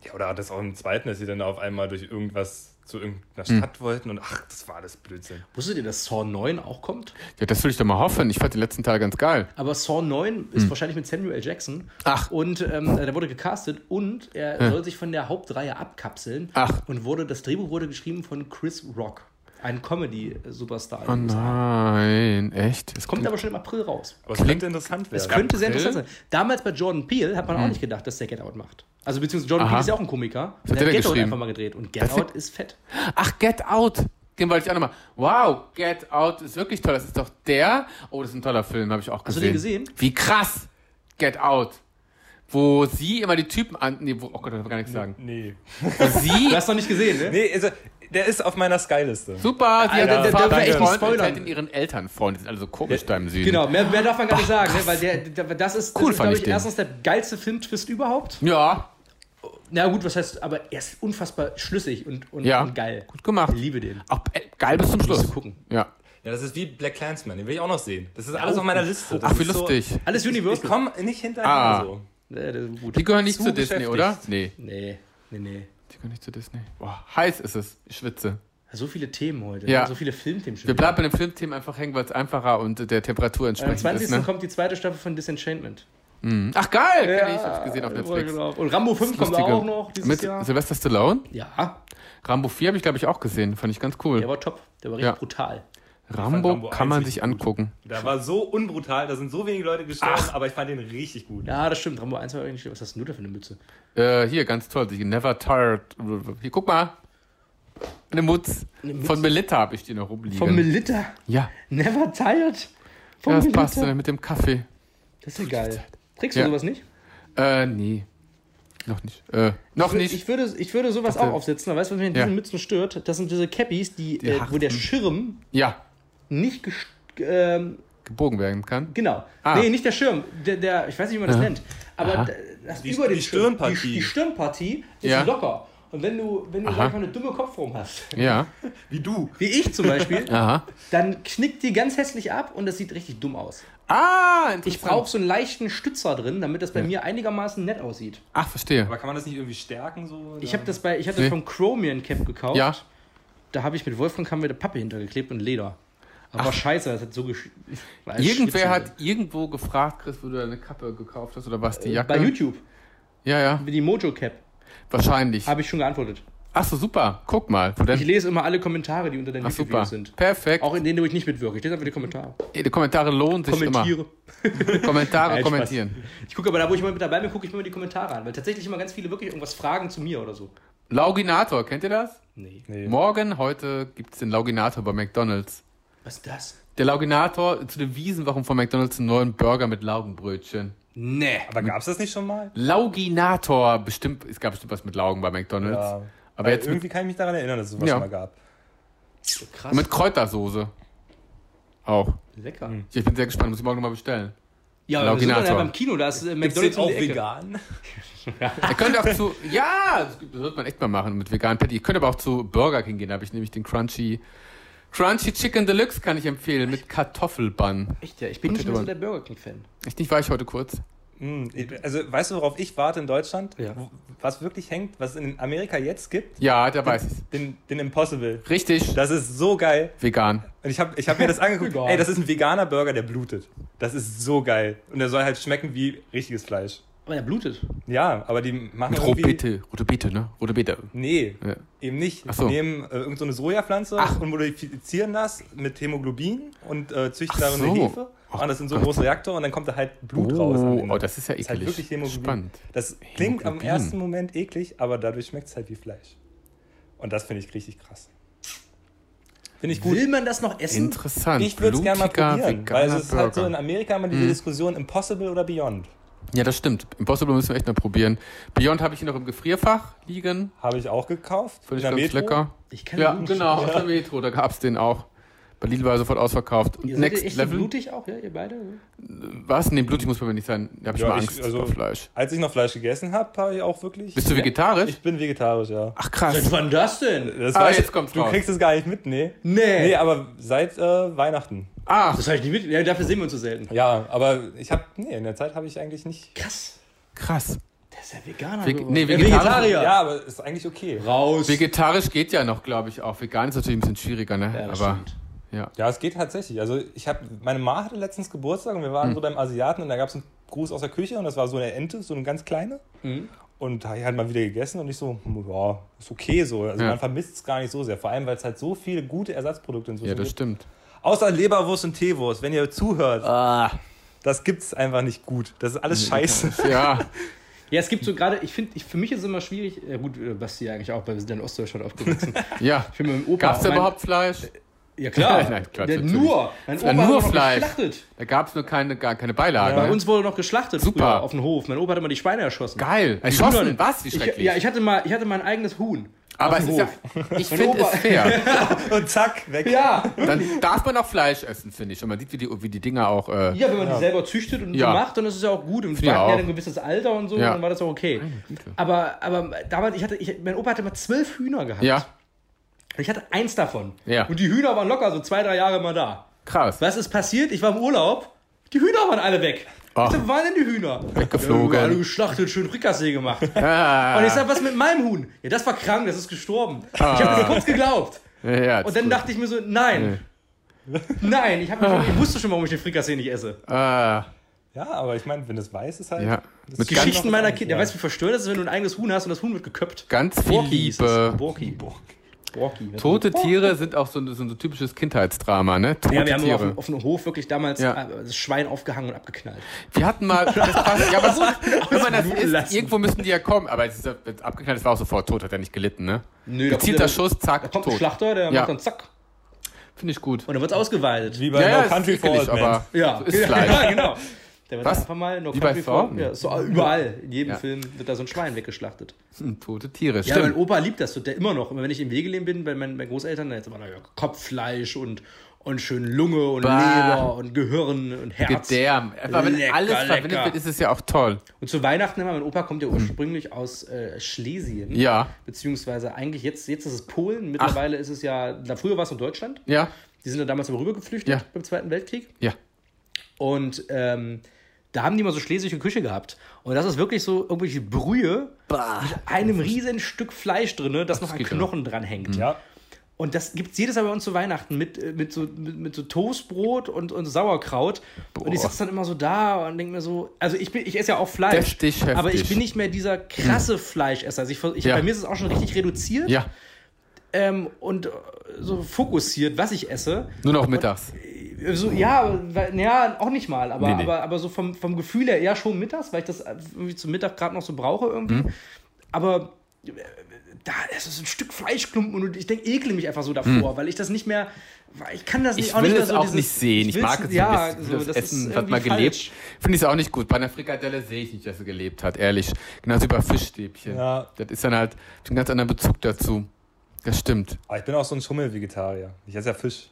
[SPEAKER 3] Ja, oder das auch im zweiten, dass sie dann auf einmal durch irgendwas zu irgendeiner
[SPEAKER 1] Hm.
[SPEAKER 3] Stadt wollten und ach, das war alles Blödsinn.
[SPEAKER 2] Wusstet ihr, dass Saw 9 auch kommt?
[SPEAKER 1] Ja, das will ich doch mal hoffen. Ich fand den letzten Teil ganz geil.
[SPEAKER 2] Aber Saw 9 ist wahrscheinlich mit Samuel L. Jackson.
[SPEAKER 1] Hm. Ach.
[SPEAKER 2] Und ähm, der wurde gecastet und er soll sich von der Hauptreihe abkapseln.
[SPEAKER 1] Ach.
[SPEAKER 2] Und wurde, das Drehbuch wurde geschrieben von Chris Rock, ein Comedy-Superstar.
[SPEAKER 1] Oh nein, echt? Das
[SPEAKER 2] Kommt aber schon im April raus.
[SPEAKER 3] Aber es könnte interessant werden.
[SPEAKER 2] Es könnte sehr
[SPEAKER 1] April? Hm.
[SPEAKER 2] interessant sein. Damals bei Jordan Peele hat man auch nicht gedacht, dass der Get Out macht. Also beziehungsweise Jordan
[SPEAKER 1] Aha.
[SPEAKER 2] Peele ist ja auch ein Komiker.
[SPEAKER 1] hat der denn
[SPEAKER 2] Get Out
[SPEAKER 1] geschrieben?
[SPEAKER 2] einfach mal gedreht. Und Get Out ist fett.
[SPEAKER 1] Ach, Get Out. Den wollte ich auch nochmal. Wow, Get Out ist wirklich toll. Das ist doch der. Oh, das ist ein toller Film, habe ich auch gesehen.
[SPEAKER 2] Hast du den gesehen?
[SPEAKER 1] Wie krass. Get Out. Wo sie immer die Typen an. Nee, wo, oh Gott, ich will gar nichts sagen.
[SPEAKER 3] Nee.
[SPEAKER 1] Wo sie.
[SPEAKER 2] Du *laughs* hast noch nicht gesehen, ne?
[SPEAKER 3] Nee, also, der ist auf meiner Skyliste.
[SPEAKER 1] Super, sie
[SPEAKER 2] Alter,
[SPEAKER 1] hat
[SPEAKER 2] der-
[SPEAKER 1] den
[SPEAKER 2] der
[SPEAKER 1] Vater
[SPEAKER 2] darf echt nicht
[SPEAKER 1] Freund und
[SPEAKER 2] spoilern.
[SPEAKER 1] halt in ihren Eltern Freunde. Die sind alle so komisch da im Süden.
[SPEAKER 2] Genau, mehr, mehr darf man gar nicht sagen, ne? weil der, der, das ist, das
[SPEAKER 1] Cool
[SPEAKER 2] ist
[SPEAKER 1] fand
[SPEAKER 2] glaube
[SPEAKER 1] ich
[SPEAKER 2] ich,
[SPEAKER 1] den.
[SPEAKER 2] erstens der geilste Filmtwist überhaupt.
[SPEAKER 1] Ja,
[SPEAKER 2] Na gut, was heißt, aber er ist unfassbar schlüssig und, und,
[SPEAKER 1] ja.
[SPEAKER 2] und geil.
[SPEAKER 1] Gut gemacht.
[SPEAKER 2] Ich liebe den.
[SPEAKER 1] Auch äh, geil bis zum Schluss.
[SPEAKER 2] Musst du gucken.
[SPEAKER 1] Ja.
[SPEAKER 3] Ja, das ist wie Black Clansman, den will ich auch noch sehen. Das ist alles auf meiner Liste. Das
[SPEAKER 1] Ach, wie
[SPEAKER 3] ist so-
[SPEAKER 1] lustig.
[SPEAKER 2] Alles
[SPEAKER 3] Ich
[SPEAKER 2] Universal.
[SPEAKER 3] komme nicht hinterher.
[SPEAKER 1] Ah.
[SPEAKER 3] So.
[SPEAKER 2] Nee, das ist gut.
[SPEAKER 1] Die gehören nicht
[SPEAKER 3] Zu
[SPEAKER 1] zu Disney,
[SPEAKER 3] beschäftigt.
[SPEAKER 1] oder? Nee,
[SPEAKER 2] Nee, nee, nee.
[SPEAKER 1] die gehören nicht zu Disney. Boah, heiß ist es. Ich schwitze.
[SPEAKER 2] So viele Themen heute.
[SPEAKER 1] Ja.
[SPEAKER 2] ne? So viele Filmthemen schon.
[SPEAKER 1] Wir
[SPEAKER 2] wieder.
[SPEAKER 1] bleiben bei dem Filmthema einfach hängen, weil es einfacher und der Temperatur
[SPEAKER 2] Am
[SPEAKER 1] entsprechend
[SPEAKER 2] 20.
[SPEAKER 1] ist. Ne?
[SPEAKER 2] kommt die zweite Staffel von Disenchantment.
[SPEAKER 1] Ach geil, kenn ich, hab's gesehen auf Netflix.
[SPEAKER 2] Genau. Und Rambo 5 kommt
[SPEAKER 1] Lustige-
[SPEAKER 2] auch noch dieses
[SPEAKER 1] Mit
[SPEAKER 2] Jahr.
[SPEAKER 1] Sylvester Stallone?
[SPEAKER 2] Ja,
[SPEAKER 1] Rambo 4 habe ich, glaube ich, auch gesehen. Fand ich ganz cool.
[SPEAKER 2] der war top. Der war
[SPEAKER 1] Ja.
[SPEAKER 2] richtig brutal.
[SPEAKER 1] Rambo,
[SPEAKER 3] Rambo
[SPEAKER 1] kann
[SPEAKER 3] 1
[SPEAKER 1] man
[SPEAKER 3] richtig
[SPEAKER 1] sich
[SPEAKER 3] gut.
[SPEAKER 1] angucken.
[SPEAKER 3] Da war so unbrutal, da sind so wenige Leute gestorben, aber ich fand den richtig gut.
[SPEAKER 2] Ja, das stimmt. Rambo 1 war eigentlich. Was hast denn du da für eine Mütze?
[SPEAKER 1] Äh, hier, ganz toll. Die Never Tired. Hier, guck mal. Eine Mutz.
[SPEAKER 2] Mutz.
[SPEAKER 1] Von Melitta habe ich die noch rumliegen.
[SPEAKER 2] Vom Melitta.
[SPEAKER 1] ja.
[SPEAKER 2] Never tired. Vom
[SPEAKER 1] ja, das
[SPEAKER 2] Melitta.
[SPEAKER 1] passt dann mit dem Kaffee.
[SPEAKER 2] Das ist ja geil. Trägst du
[SPEAKER 1] Ja.
[SPEAKER 2] sowas nicht?
[SPEAKER 1] Äh, nee. Noch nicht. Äh, noch nicht.
[SPEAKER 2] Also Ich würde, ich würde sowas
[SPEAKER 1] Dachte-
[SPEAKER 2] auch aufsetzen, aber weißt du, was mich an
[SPEAKER 1] Ja.
[SPEAKER 2] diesen Mützen stört? Das sind diese Cappies, die, äh, wo
[SPEAKER 1] Harten.
[SPEAKER 2] der Schirm
[SPEAKER 1] ja,
[SPEAKER 2] nicht gest ähm,
[SPEAKER 1] gebogen werden kann.
[SPEAKER 2] genau.
[SPEAKER 1] Ah.
[SPEAKER 2] Nee, nicht der Schirm, der, der ich weiß nicht, wie man das nennt, aber d- das
[SPEAKER 3] Die-
[SPEAKER 2] über den
[SPEAKER 3] die
[SPEAKER 2] Schirm,
[SPEAKER 3] Stirnpartie.
[SPEAKER 2] Die, die Stirnpartie ist
[SPEAKER 1] Ja.
[SPEAKER 2] locker. Und wenn du, wenn du
[SPEAKER 1] Aha.
[SPEAKER 2] einfach eine dumme Kopfform hast, *laughs*
[SPEAKER 1] Ja.
[SPEAKER 3] Wie du.
[SPEAKER 2] wie ich zum Beispiel,
[SPEAKER 1] Aha.
[SPEAKER 2] dann knickt die ganz hässlich ab und das sieht richtig dumm aus.
[SPEAKER 1] Ah, interessant.
[SPEAKER 2] Ich brauche so einen leichten Stützer drin, damit das bei mir einigermaßen nett aussieht.
[SPEAKER 1] Ach, verstehe.
[SPEAKER 3] Aber kann man das nicht irgendwie stärken? So,
[SPEAKER 2] Ich habe das bei, ich hatte
[SPEAKER 1] Nee.
[SPEAKER 2] das vom Chromium Cap gekauft.
[SPEAKER 1] Ja.
[SPEAKER 2] Da habe ich mit Wolfgang haben wir eine Pappe hintergeklebt und Leder. Aber scheiße, das hat so gesch war ein
[SPEAKER 1] Irgendwer
[SPEAKER 2] Schwitzen.
[SPEAKER 1] hat irgendwo gefragt, Chris, wo du deine Kappe gekauft hast oder was die Jacke?
[SPEAKER 2] Äh, bei YouTube
[SPEAKER 1] Ja, ja,
[SPEAKER 2] die Mojo Cap
[SPEAKER 1] wahrscheinlich.
[SPEAKER 2] habe ich schon geantwortet.
[SPEAKER 1] Ach so, super. Guck mal. Wo
[SPEAKER 2] Ich
[SPEAKER 1] denn?
[SPEAKER 2] lese immer alle Kommentare, die unter den
[SPEAKER 1] Ach super.
[SPEAKER 2] Videos sind.
[SPEAKER 1] Perfekt.
[SPEAKER 2] Auch in denen, wo ich nicht mitwirke. Ich lese einfach die Kommentare.
[SPEAKER 1] Ey, Die Kommentare lohnen sich immer.
[SPEAKER 2] Kommentiere.
[SPEAKER 1] *laughs* Kommentare
[SPEAKER 2] Nein, Spaß.
[SPEAKER 1] kommentieren.
[SPEAKER 2] Ich gucke aber da, wo ich immer mit dabei bin, gucke ich mir immer die Kommentare an, weil tatsächlich immer ganz viele wirklich irgendwas fragen zu mir oder so.
[SPEAKER 1] Lauginator, kennt ihr das?
[SPEAKER 2] Nee.
[SPEAKER 3] Nee.
[SPEAKER 1] Morgen, heute gibt es den Lauginator bei McDonalds.
[SPEAKER 2] Was ist das?
[SPEAKER 1] Der Lauginator zu den Wiesen, warum von McDonalds einen neuen Burger mit Laugenbrötchen.
[SPEAKER 2] Nee.
[SPEAKER 3] Aber gab es das nicht schon mal?
[SPEAKER 1] Lauginator, bestimmt, es gab bestimmt was mit Laugen bei McDonalds.
[SPEAKER 3] Ja. Äh,
[SPEAKER 1] Aber
[SPEAKER 3] Weil
[SPEAKER 1] jetzt mit,
[SPEAKER 3] irgendwie kann ich mich daran erinnern, dass es sowas
[SPEAKER 1] Ja.
[SPEAKER 3] schon mal gab.
[SPEAKER 2] So krass.
[SPEAKER 1] mit Kräutersoße. Auch.
[SPEAKER 2] Lecker.
[SPEAKER 3] Hm. *laughs*
[SPEAKER 1] Ich bin sehr gespannt, muss ich morgen nochmal bestellen.
[SPEAKER 2] Ja, aber wir sind dann ja
[SPEAKER 1] Lauginator.
[SPEAKER 2] beim Kino, da ist äh,
[SPEAKER 3] Gibt's den
[SPEAKER 2] McDonalds um
[SPEAKER 3] auch
[SPEAKER 2] die Ecke.
[SPEAKER 3] vegan?
[SPEAKER 1] Ihr könnt auch zu. Ja, das wird man echt mal machen mit veganen Patty. Ihr könnt aber auch zu Burger King gehen. Da habe ich nämlich den Crunchy. Crunchy Chicken Deluxe kann ich empfehlen mit Kartoffelbun.
[SPEAKER 2] Echt, ja, ich bin
[SPEAKER 1] Und
[SPEAKER 2] nicht mehr so
[SPEAKER 1] Chicken.
[SPEAKER 2] der Burger King-Fan.
[SPEAKER 1] Echt nicht, war ich heute kurz.
[SPEAKER 3] Hm, Also, weißt du, worauf ich warte in Deutschland?
[SPEAKER 2] Ja.
[SPEAKER 3] Wo- Was wirklich hängt, was es in Amerika jetzt gibt?
[SPEAKER 1] Ja, da weiß ich's.
[SPEAKER 3] Den, den Impossible.
[SPEAKER 1] Richtig,
[SPEAKER 3] Das ist so geil.
[SPEAKER 1] vegan.
[SPEAKER 3] Und ich habe ich hab mir das angeguckt.
[SPEAKER 2] Vegan.
[SPEAKER 3] Ey, das ist ein veganer Burger, der blutet. Das ist so geil. Und der soll halt schmecken wie richtiges Fleisch.
[SPEAKER 2] Aber der blutet.
[SPEAKER 3] Ja, aber die machen
[SPEAKER 1] Mit
[SPEAKER 3] irgendwie...
[SPEAKER 1] Rohbeete, rote Beete, ne? Rote Beete.
[SPEAKER 3] Nee,
[SPEAKER 1] Ja.
[SPEAKER 3] eben nicht.
[SPEAKER 1] Ach so.
[SPEAKER 3] Die nehmen äh, irgendeine so eine Sojapflanze
[SPEAKER 1] Ach.
[SPEAKER 3] und modifizieren das mit Hämoglobin und äh, züchten
[SPEAKER 1] Ach
[SPEAKER 3] darin
[SPEAKER 1] so.
[SPEAKER 3] eine Hefe. Machen das in so einen
[SPEAKER 1] Gott.
[SPEAKER 3] großen Reaktor und dann kommt da halt Blut
[SPEAKER 1] Oh,
[SPEAKER 3] raus. am Ende.
[SPEAKER 1] oh, das ist ja
[SPEAKER 3] Ist halt
[SPEAKER 1] eklig.
[SPEAKER 3] wirklich Hämoglobin.
[SPEAKER 1] Spannend.
[SPEAKER 3] Das klingt am
[SPEAKER 1] Hämoglobin.
[SPEAKER 3] ersten Moment eklig, aber dadurch schmeckt es halt wie Fleisch. Und das finde ich richtig krass. Finde ich gut.
[SPEAKER 2] Will man das noch essen?
[SPEAKER 1] Interessant.
[SPEAKER 3] ich würde es gerne mal
[SPEAKER 1] Blutiger,
[SPEAKER 3] probieren,
[SPEAKER 1] veganer Mhm.
[SPEAKER 3] weil es ist halt so,
[SPEAKER 1] Burger.
[SPEAKER 3] in Amerika immer diese Diskussion Impossible oder Beyond.
[SPEAKER 1] Ja, das stimmt. Impossible müssen wir echt mal probieren. Beyond habe ich hier noch im Gefrierfach liegen.
[SPEAKER 3] Habe ich auch gekauft.
[SPEAKER 1] Finde ich
[SPEAKER 3] in
[SPEAKER 1] ganz
[SPEAKER 3] der Metro.
[SPEAKER 1] lecker.
[SPEAKER 2] Ich kann
[SPEAKER 1] Ja,
[SPEAKER 2] den Blut-
[SPEAKER 1] genau. Aus der Metro, da gab es den auch. Bei Lidl war er sofort ausverkauft. Und
[SPEAKER 2] Ihr seid ja
[SPEAKER 1] Next
[SPEAKER 2] echt so
[SPEAKER 1] Level.
[SPEAKER 2] blutig auch, ja, ihr beide?
[SPEAKER 1] Was? Nee, blutig muss man mir nicht sein. Da habe ich
[SPEAKER 3] Ja,
[SPEAKER 1] mal
[SPEAKER 3] ich-
[SPEAKER 1] Angst
[SPEAKER 3] also-
[SPEAKER 1] vor Fleisch.
[SPEAKER 3] Als ich noch Fleisch gegessen habe, habe ich auch wirklich.
[SPEAKER 1] Bist du vegetarisch?
[SPEAKER 3] Ich bin vegetarisch, ja.
[SPEAKER 1] Ach
[SPEAKER 2] Seit
[SPEAKER 1] krass.
[SPEAKER 2] wann das denn?
[SPEAKER 3] Das
[SPEAKER 1] Ah,
[SPEAKER 3] weiß ich-
[SPEAKER 1] jetzt kommt's
[SPEAKER 3] Du
[SPEAKER 1] raus.
[SPEAKER 3] kriegst es gar nicht mit, nee.
[SPEAKER 2] Nee.
[SPEAKER 3] Nee, aber seit äh, Weihnachten.
[SPEAKER 1] Ach,
[SPEAKER 2] Das habe ich nicht mit. Ja, dafür sehen wir uns so selten.
[SPEAKER 3] Ja, aber ich habe, nee, in der Zeit habe ich eigentlich nicht.
[SPEAKER 2] Krass.
[SPEAKER 1] krass.
[SPEAKER 2] Der ist ja Veganer.
[SPEAKER 1] Veg-
[SPEAKER 2] geworden.
[SPEAKER 1] nee,
[SPEAKER 2] Äh,
[SPEAKER 1] Vegetarier.
[SPEAKER 3] Ja,
[SPEAKER 2] Vegetarier.
[SPEAKER 3] aber ist eigentlich okay.
[SPEAKER 2] Raus.
[SPEAKER 1] Vegetarisch geht ja noch, glaube ich, auch. Vegan ist natürlich ein bisschen schwieriger, ne?
[SPEAKER 2] Ja, das
[SPEAKER 1] Aber
[SPEAKER 2] stimmt.
[SPEAKER 1] ja.
[SPEAKER 3] Ja, es geht tatsächlich. Also ich habe, meine Ma hatte letztens Geburtstag und wir waren so beim Asiaten und da gab es einen Gruß aus der Küche und das war so eine Ente, so eine ganz kleine. Und da habe ich halt mal wieder gegessen und ich so, hm, ja, ist okay so. Also
[SPEAKER 1] Ja.
[SPEAKER 3] man vermisst es gar nicht so sehr. Vor allem, weil es halt so viele gute Ersatzprodukte inzwischen
[SPEAKER 1] Ja, das
[SPEAKER 3] gibt.
[SPEAKER 1] stimmt.
[SPEAKER 3] Außer Leberwurst und Teewurst, wenn ihr zuhört.
[SPEAKER 2] Ah.
[SPEAKER 3] Das gibt es einfach nicht gut. Das ist alles scheiße. *laughs*
[SPEAKER 1] Ja,
[SPEAKER 2] Ja, es gibt so gerade, ich finde, ich, für mich ist es immer schwierig, ja gut, äh, Basti ja eigentlich auch, weil wir sind ja in
[SPEAKER 1] *laughs*
[SPEAKER 2] Ostdeutschland aufgewachsen.
[SPEAKER 1] ja.
[SPEAKER 2] *laughs* Ich bin mit dem Opa.
[SPEAKER 1] Gab es da
[SPEAKER 2] mein-
[SPEAKER 1] überhaupt Fleisch?
[SPEAKER 2] Ja, klar.
[SPEAKER 1] *laughs* Nein, Quatsch,
[SPEAKER 2] der,
[SPEAKER 1] natürlich.
[SPEAKER 2] nur. Mein
[SPEAKER 1] Ja,
[SPEAKER 2] Opa hat
[SPEAKER 1] nur
[SPEAKER 2] immer noch
[SPEAKER 1] Fleisch.
[SPEAKER 2] geschlachtet.
[SPEAKER 1] Da gab es nur keine, gar keine Beilage.
[SPEAKER 2] Bei
[SPEAKER 1] ne?
[SPEAKER 2] uns wurde noch geschlachtet
[SPEAKER 1] Super.
[SPEAKER 2] früher auf dem Hof. Mein Opa hat immer die Schweine erschossen.
[SPEAKER 1] Geil.
[SPEAKER 2] Die
[SPEAKER 1] Erschossen?
[SPEAKER 2] Hühner.
[SPEAKER 1] Was? Wie
[SPEAKER 2] Ich,
[SPEAKER 1] schrecklich.
[SPEAKER 2] ja, ich hatte, mal, ich hatte mal ein eigenes Huhn.
[SPEAKER 1] Aber
[SPEAKER 2] auf
[SPEAKER 1] es
[SPEAKER 2] dem
[SPEAKER 1] ist ja,
[SPEAKER 2] Hof.
[SPEAKER 1] ich
[SPEAKER 2] Mein
[SPEAKER 1] finde es
[SPEAKER 2] Opa- *laughs*
[SPEAKER 1] fair.
[SPEAKER 3] Und zack, weg.
[SPEAKER 2] Ja.
[SPEAKER 1] Dann darf man auch Fleisch essen, finde ich. Und man sieht, wie die, wie die Dinger auch. Äh,
[SPEAKER 2] Ja, wenn man die selber züchtet und
[SPEAKER 1] Ja.
[SPEAKER 2] so macht, dann ist es ja auch gut. Und
[SPEAKER 1] ich
[SPEAKER 2] wir hatten
[SPEAKER 1] auch.
[SPEAKER 2] ja ein gewisses Alter und so,
[SPEAKER 1] Ja.
[SPEAKER 2] dann war das auch okay.
[SPEAKER 1] Güte.
[SPEAKER 2] Aber, aber damals, ich hatte, ich, mein Opa hatte mal zwölf Hühner gehabt.
[SPEAKER 1] ja,
[SPEAKER 2] Und ich hatte eins davon.
[SPEAKER 1] Ja.
[SPEAKER 2] Und die Hühner waren locker so zwei, drei Jahre mal da.
[SPEAKER 1] krass.
[SPEAKER 2] Was ist passiert? Ich war im Urlaub. Die Hühner waren alle weg.
[SPEAKER 1] Ach.
[SPEAKER 2] Ich sag, wo waren denn die Hühner?
[SPEAKER 1] Weggeflogen.
[SPEAKER 2] Ja, alle geschlachtet, schön Rückkassee gemacht.
[SPEAKER 1] *laughs* Ah,
[SPEAKER 2] Und ich sag, was mit meinem Huhn? Ja, das war krank, das ist gestorben. Ich
[SPEAKER 1] Ah.
[SPEAKER 2] habe das kurz geglaubt.
[SPEAKER 1] ja, ja,
[SPEAKER 2] Und dann dachte ich mir so, nein. Nein, ich, hab mich, schon- ich wusste schon, warum ich den Frikassee nicht esse.
[SPEAKER 1] ah,
[SPEAKER 3] Ja, aber ich meine, wenn es weiß ist halt.
[SPEAKER 1] Ja.
[SPEAKER 3] Das
[SPEAKER 1] Mit
[SPEAKER 3] ist
[SPEAKER 1] ganz-
[SPEAKER 2] Geschichten meiner Kinder. Ja. Weißt du, wie verstörend das ist, wenn du ein eigenes Huhn hast und das Huhn wird geköpft?
[SPEAKER 1] ganz viel
[SPEAKER 2] Borki hieß es.
[SPEAKER 1] Liebe.
[SPEAKER 2] Borki. Borki.
[SPEAKER 1] Tote Tiere sind auch so ein, so ein so typisches Kindheitsdrama, ne? Tote
[SPEAKER 2] Ja, wir haben auf,
[SPEAKER 1] Tiere.
[SPEAKER 2] dem- auf dem Hof wirklich damals
[SPEAKER 1] Ja.
[SPEAKER 2] äh, das Schwein aufgehangen und abgeknallt.
[SPEAKER 1] Wir hatten mal. Das passt, ja, aber
[SPEAKER 2] *laughs*
[SPEAKER 1] gut, wenn man das
[SPEAKER 2] Bluten
[SPEAKER 1] isst,
[SPEAKER 2] lassen.
[SPEAKER 1] irgendwo müssen die ja kommen. Aber es ist ja- wenn's abgeknallt, es war auch sofort tot, hat er nicht gelitten, ne?
[SPEAKER 2] Nö, da
[SPEAKER 1] Gezielter
[SPEAKER 2] kommt der-
[SPEAKER 1] Schuss,
[SPEAKER 2] Da
[SPEAKER 1] zack,
[SPEAKER 2] kommt ein
[SPEAKER 1] tot.
[SPEAKER 2] Schlachter, der
[SPEAKER 1] Ja.
[SPEAKER 2] macht dann zack
[SPEAKER 1] Finde ich gut.
[SPEAKER 2] und dann wird's ausgeweidet.
[SPEAKER 3] Wie bei No
[SPEAKER 1] ist
[SPEAKER 3] Country for Old
[SPEAKER 1] eklig,
[SPEAKER 3] Men.
[SPEAKER 1] aber
[SPEAKER 2] ja,
[SPEAKER 1] so *laughs*
[SPEAKER 2] *laughs*
[SPEAKER 1] ist Fleisch.
[SPEAKER 2] ja, genau. Der wird
[SPEAKER 1] Was?
[SPEAKER 2] einfach mal no
[SPEAKER 1] Wie bei
[SPEAKER 2] Country for
[SPEAKER 1] Thornton?
[SPEAKER 2] ja, so überall. In jedem
[SPEAKER 1] Ja.
[SPEAKER 2] Film wird da so ein Schwein weggeschlachtet.
[SPEAKER 1] Hm, Tote Tiere,
[SPEAKER 2] Ja, mein
[SPEAKER 1] stimmt.
[SPEAKER 2] Opa liebt das so, der immer noch. Immer wenn ich im Wegeleben bin, bei meinen, meinen Großeltern, dann jetzt immer noch ja, Kopffleisch und, und schön Lunge und
[SPEAKER 1] Bah.
[SPEAKER 2] Leber und Gehirn und Herz.
[SPEAKER 1] Gedärm. Aber wenn
[SPEAKER 2] Lecker,
[SPEAKER 1] alles verwendet
[SPEAKER 2] lecker.
[SPEAKER 1] wird, ist es ja auch toll.
[SPEAKER 2] Und zu Weihnachten immer, mein Opa kommt ja ursprünglich aus äh, Schlesien.
[SPEAKER 1] Ja.
[SPEAKER 2] Beziehungsweise eigentlich jetzt, jetzt ist es Polen, mittlerweile ist es ja, da früher war es nur Deutschland.
[SPEAKER 1] Ja,
[SPEAKER 2] Die sind ja damals immer rübergeflüchtet
[SPEAKER 1] Ja.
[SPEAKER 2] beim Zweiten Weltkrieg.
[SPEAKER 1] ja.
[SPEAKER 2] Und ähm, da haben die mal so schlesische Küche gehabt. Und das ist wirklich so irgendwelche Brühe mit einem riesen Stück Fleisch drin, das noch an
[SPEAKER 1] geht ja Mhm.
[SPEAKER 2] Knochen dran hängt.
[SPEAKER 3] Ja.
[SPEAKER 2] Und das gibt es jedes Mal bei uns zu Weihnachten mit, äh, mit, so, mit, mit so Toastbrot und, und Sauerkraut. Und ich
[SPEAKER 1] Boah.
[SPEAKER 2] sitze dann immer so da und denke mir so, also ich, bin, ich esse ja auch Fleisch.
[SPEAKER 1] Deftig, heftig. Mhm.
[SPEAKER 2] aber ich bin nicht mehr dieser krasse Fleischesser. Also ich, ver- ich,
[SPEAKER 1] Ja.
[SPEAKER 2] Bei mir ist es auch schon richtig reduziert
[SPEAKER 1] Ja,
[SPEAKER 2] ähm, und äh, so fokussiert, was ich esse.
[SPEAKER 1] nur noch mittags.
[SPEAKER 2] So, ja, weil- ja, auch nicht mal, aber,
[SPEAKER 1] Nee, nee.
[SPEAKER 2] aber, aber so vom, vom Gefühl her eher schon mittags, weil ich das äh, irgendwie zum Mittag gerade noch so brauche irgendwie.
[SPEAKER 1] Mhm.
[SPEAKER 2] Aber äh, da es ist ein Stück Fleischklumpen und ich denke, ekle mich einfach so davor, weil ich das nicht mehr, weil ich kann das nicht,
[SPEAKER 1] Mhm. Ich will
[SPEAKER 2] mehr
[SPEAKER 1] es auch
[SPEAKER 2] dieses-
[SPEAKER 1] nicht sehen. Ich,
[SPEAKER 2] will's-
[SPEAKER 1] mag es
[SPEAKER 2] ja,
[SPEAKER 1] nicht. Ich will
[SPEAKER 2] so,
[SPEAKER 1] das
[SPEAKER 2] das
[SPEAKER 1] Essen
[SPEAKER 2] ist
[SPEAKER 1] hat mal
[SPEAKER 2] irgendwie
[SPEAKER 1] gelebt.
[SPEAKER 2] falsch.
[SPEAKER 1] Finde ich es auch nicht gut. Bei einer Frikadelle sehe ich nicht, dass sie gelebt hat, ehrlich. Genauso wie bei Fischstäbchen.
[SPEAKER 3] Ja.
[SPEAKER 1] Das ist dann halt ein ganz anderer Bezug dazu. Das stimmt.
[SPEAKER 3] Aber ich bin auch so ein Schummelvegetarier. Ich esse ja Fisch.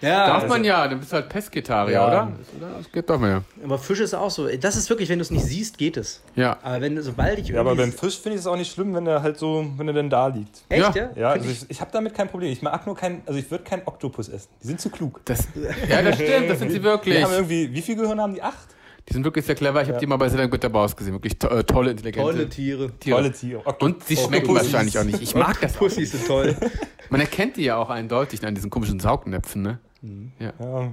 [SPEAKER 2] Ja,
[SPEAKER 1] Darf
[SPEAKER 2] also-
[SPEAKER 1] man ja, dann bist du halt Pesketarier,
[SPEAKER 3] Ja.
[SPEAKER 1] oder? oder? Das geht doch mehr.
[SPEAKER 2] Aber Fisch ist auch so. Das ist wirklich, wenn du es nicht siehst, geht es.
[SPEAKER 1] Ja.
[SPEAKER 2] Aber wenn du- sobald ich
[SPEAKER 3] Ja, aber beim
[SPEAKER 2] irgendwie-
[SPEAKER 3] Fisch finde ich es auch nicht schlimm, wenn er halt so, wenn er denn da liegt.
[SPEAKER 1] Ja.
[SPEAKER 2] Echt, ja?
[SPEAKER 3] Ja,
[SPEAKER 2] Find
[SPEAKER 3] also
[SPEAKER 2] ich,
[SPEAKER 3] ich, ich habe damit kein Problem. Ich mag nur kein, also ich würde keinen Oktopus essen. Die sind zu klug.
[SPEAKER 1] Das, ja, das stimmt, das sind sie wirklich.
[SPEAKER 3] Die haben irgendwie, wie viel Gehirn haben die? Acht?
[SPEAKER 1] Die sind wirklich sehr clever. Ich habe die mal bei Selena Gutterbaus gesehen. Wirklich to äh, tolle, intelligente
[SPEAKER 2] tolle Oh, Tiere.
[SPEAKER 1] Tiere.
[SPEAKER 3] Tolle Tiere. Okto-
[SPEAKER 1] Und sie schmecken
[SPEAKER 3] Oktopus.
[SPEAKER 1] wahrscheinlich auch nicht. Ich mag das. auch.
[SPEAKER 2] *laughs* Pussys
[SPEAKER 1] *laughs*
[SPEAKER 2] sind toll.
[SPEAKER 1] Man erkennt die ja auch eindeutig an diesen komischen Saugnäpfen, ne? Ja.
[SPEAKER 3] Ja.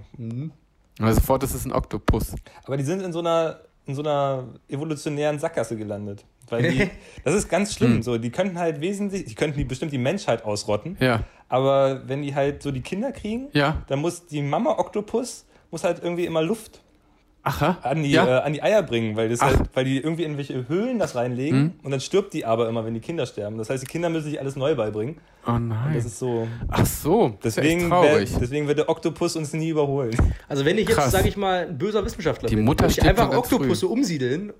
[SPEAKER 1] Also sofort, das ist ein Oktopus.
[SPEAKER 3] Aber die sind in so einer, in so einer evolutionären Sackgasse gelandet.
[SPEAKER 1] *laughs*
[SPEAKER 3] Weil die, das ist ganz schlimm.
[SPEAKER 1] Hm.
[SPEAKER 3] So, die könnten halt wesentlich, die könnten die bestimmt die Menschheit ausrotten.
[SPEAKER 1] Ja.
[SPEAKER 3] Aber wenn die halt so die Kinder kriegen,
[SPEAKER 1] Ja.
[SPEAKER 3] dann muss die Mama Oktopus muss halt irgendwie immer Luft
[SPEAKER 1] Aha.
[SPEAKER 3] an die,
[SPEAKER 1] ja.
[SPEAKER 3] äh, an die Eier bringen, weil, das
[SPEAKER 1] Ach. Hm.
[SPEAKER 3] halt, weil die irgendwie in welche Höhlen das reinlegen und dann stirbt die aber immer, wenn die Kinder sterben. Das heißt, die Kinder müssen sich alles neu beibringen.
[SPEAKER 1] oh nein.
[SPEAKER 3] Das ist so.
[SPEAKER 1] Ach so. Das ist ja echt
[SPEAKER 3] Deswegen, wär,
[SPEAKER 1] traurig.
[SPEAKER 3] deswegen wird der Oktopus uns nie überholen.
[SPEAKER 2] Also wenn ich jetzt,
[SPEAKER 1] Krass.
[SPEAKER 2] sage ich mal, ein böser Wissenschaftler
[SPEAKER 1] Die
[SPEAKER 2] bin,
[SPEAKER 1] Mutter
[SPEAKER 2] würde ich
[SPEAKER 1] stirbt
[SPEAKER 2] einfach
[SPEAKER 1] schon ganz
[SPEAKER 2] Oktopusse umsiedeln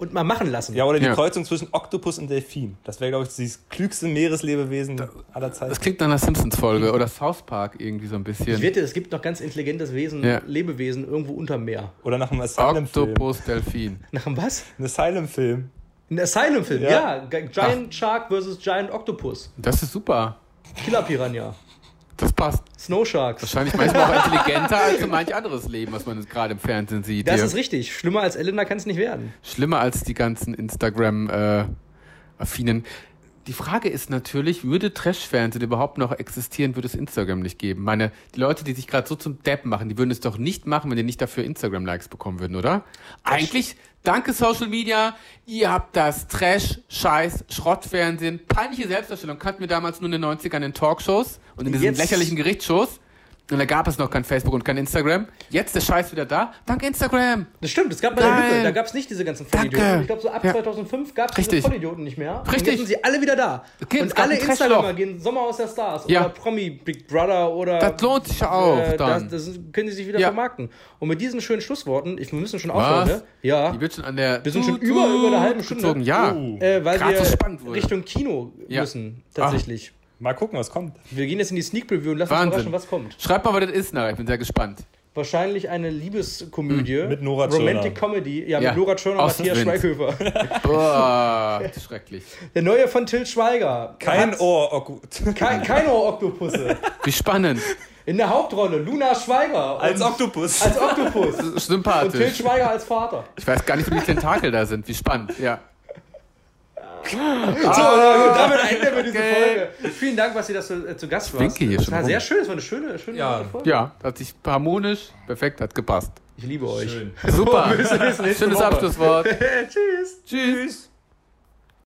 [SPEAKER 2] und mal machen lassen.
[SPEAKER 3] Ja, oder die
[SPEAKER 1] Ja.
[SPEAKER 3] Kreuzung zwischen Oktopus und Delfin. Das wäre, glaube ich, das klügste Meereslebewesen aller
[SPEAKER 1] Das
[SPEAKER 3] Zeiten.
[SPEAKER 1] klingt nach einer Simpsons-Folge oder South Park irgendwie so ein
[SPEAKER 2] Ich
[SPEAKER 1] bisschen.
[SPEAKER 2] wette, es gibt noch ganz intelligentes Wesen,
[SPEAKER 1] Ja.
[SPEAKER 2] Lebewesen irgendwo unter Meer. *laughs*
[SPEAKER 3] Oder nach einem Asylum-Film.
[SPEAKER 1] Oktopus, Delfin.
[SPEAKER 2] Nach einem was?
[SPEAKER 3] Ein Asylum-Film.
[SPEAKER 2] Ein Asylum-Film,
[SPEAKER 3] Ja.
[SPEAKER 2] ja. G- Giant Shark versus Giant Octopus.
[SPEAKER 1] Das ist super.
[SPEAKER 2] Killer Piranha.
[SPEAKER 1] Das passt.
[SPEAKER 2] Snow Sharks.
[SPEAKER 1] Wahrscheinlich manchmal auch intelligenter als so manch anderes Leben, was man jetzt gerade im Fernsehen sieht.
[SPEAKER 2] Das
[SPEAKER 1] hier.
[SPEAKER 2] ist richtig. Schlimmer als Elena kann es nicht werden.
[SPEAKER 1] Schlimmer als die ganzen Instagram-Affinen. die Frage ist natürlich, würde Trash-Fernsehen überhaupt noch existieren, würde es Instagram nicht geben? Meine, die Leute, die sich gerade so zum Depp machen, die würden es doch nicht machen, wenn die nicht dafür Instagram-Likes bekommen würden, oder? Eigentlich, danke Social Media, ihr habt das Trash, Scheiß, Schrottfernsehen, peinliche Selbstdarstellung, kannten wir damals nur in den 90ern in Talkshows und in diesen
[SPEAKER 2] Jetzt-
[SPEAKER 1] lächerlichen Gerichtsshows. Und da gab es noch kein Facebook und kein Instagram. Jetzt ist der Scheiß wieder da. Dank Instagram.
[SPEAKER 2] Das stimmt, es gab bei der
[SPEAKER 1] Nein.
[SPEAKER 2] Lücke, da gab es nicht diese ganzen
[SPEAKER 1] Danke.
[SPEAKER 2] Vollidioten. Ich glaube, so ab
[SPEAKER 1] Ja.
[SPEAKER 2] 2005 gab es diese
[SPEAKER 1] Richtig.
[SPEAKER 2] Vollidioten nicht mehr. Und
[SPEAKER 1] Richtig.
[SPEAKER 2] jetzt sind sie alle wieder da.
[SPEAKER 1] Okay, es
[SPEAKER 2] und
[SPEAKER 1] gab
[SPEAKER 2] alle
[SPEAKER 1] ein Trashloch.
[SPEAKER 2] Instagramer gehen Sommer aus der Stars
[SPEAKER 1] Ja.
[SPEAKER 2] oder Promi Big Brother oder.
[SPEAKER 1] Das lohnt sich ja auch
[SPEAKER 2] Ähm, Äh, das,
[SPEAKER 1] dann.
[SPEAKER 2] das können sie sich wieder
[SPEAKER 1] Ja.
[SPEAKER 2] vermarkten. Und mit diesen schönen Schlussworten, ich, wir müssen schon
[SPEAKER 1] Was?
[SPEAKER 2] aufhören, ne? Ja.
[SPEAKER 1] Die wird schon an der.
[SPEAKER 2] Wir sind schon über- über eine halbe Stunde.
[SPEAKER 1] gezogen. Ja.
[SPEAKER 3] Uh.
[SPEAKER 2] Äh, weil
[SPEAKER 1] Grad so
[SPEAKER 2] wir
[SPEAKER 1] spannend wurde.
[SPEAKER 2] Richtung Kino
[SPEAKER 1] Ja. Ah.
[SPEAKER 2] müssen, tatsächlich.
[SPEAKER 3] Mal gucken, was kommt.
[SPEAKER 2] Wir gehen jetzt in die Sneak Preview und lassen uns
[SPEAKER 1] Wahnsinn.
[SPEAKER 2] überraschen, was kommt.
[SPEAKER 1] Schreibt mal, was das ist nachher. Ich bin sehr gespannt.
[SPEAKER 2] Wahrscheinlich eine Liebeskomödie.
[SPEAKER 3] Hm. Mit Nora
[SPEAKER 2] Romantic
[SPEAKER 3] Tschirner.
[SPEAKER 2] Comedy. Ja,
[SPEAKER 1] Ja.
[SPEAKER 2] mit Nora Turner und
[SPEAKER 1] Aus
[SPEAKER 2] Matthias
[SPEAKER 1] Wind.
[SPEAKER 2] Schweighöfer. *laughs*
[SPEAKER 1] Boah, schrecklich.
[SPEAKER 2] Der neue von Till Schweiger.
[SPEAKER 3] Kein
[SPEAKER 2] Hat-
[SPEAKER 3] Ohr, oh gut.
[SPEAKER 2] Kein, keine Oktopusse.
[SPEAKER 1] Wie spannend.
[SPEAKER 2] In der Hauptrolle Luna Schweiger. und-
[SPEAKER 3] Als Oktopus.
[SPEAKER 2] Als Oktopus. Und Till
[SPEAKER 1] Sympathisch.
[SPEAKER 2] Schweiger als Vater.
[SPEAKER 1] Ich weiß gar nicht, wie die Tentakel da sind. Wie spannend. Ja. Ah.
[SPEAKER 2] So, und damit enden wir diese
[SPEAKER 1] Okay.
[SPEAKER 2] Folge. Vielen Dank, was ihr das so, äh, zu Gast warst.
[SPEAKER 1] winke hier
[SPEAKER 2] das
[SPEAKER 1] schon
[SPEAKER 2] war
[SPEAKER 1] rum.
[SPEAKER 2] sehr schön. Es war eine schöne, schöne
[SPEAKER 3] Ja.
[SPEAKER 2] Folge.
[SPEAKER 1] Ja, hat sich harmonisch, perfekt, hat gepasst.
[SPEAKER 2] *laughs* Ich liebe euch.
[SPEAKER 1] Super.
[SPEAKER 2] Oh, Bis nächste
[SPEAKER 1] Schönes
[SPEAKER 2] Woche.
[SPEAKER 1] Abschlusswort.
[SPEAKER 2] *laughs* Tschüss.
[SPEAKER 1] Tschüss.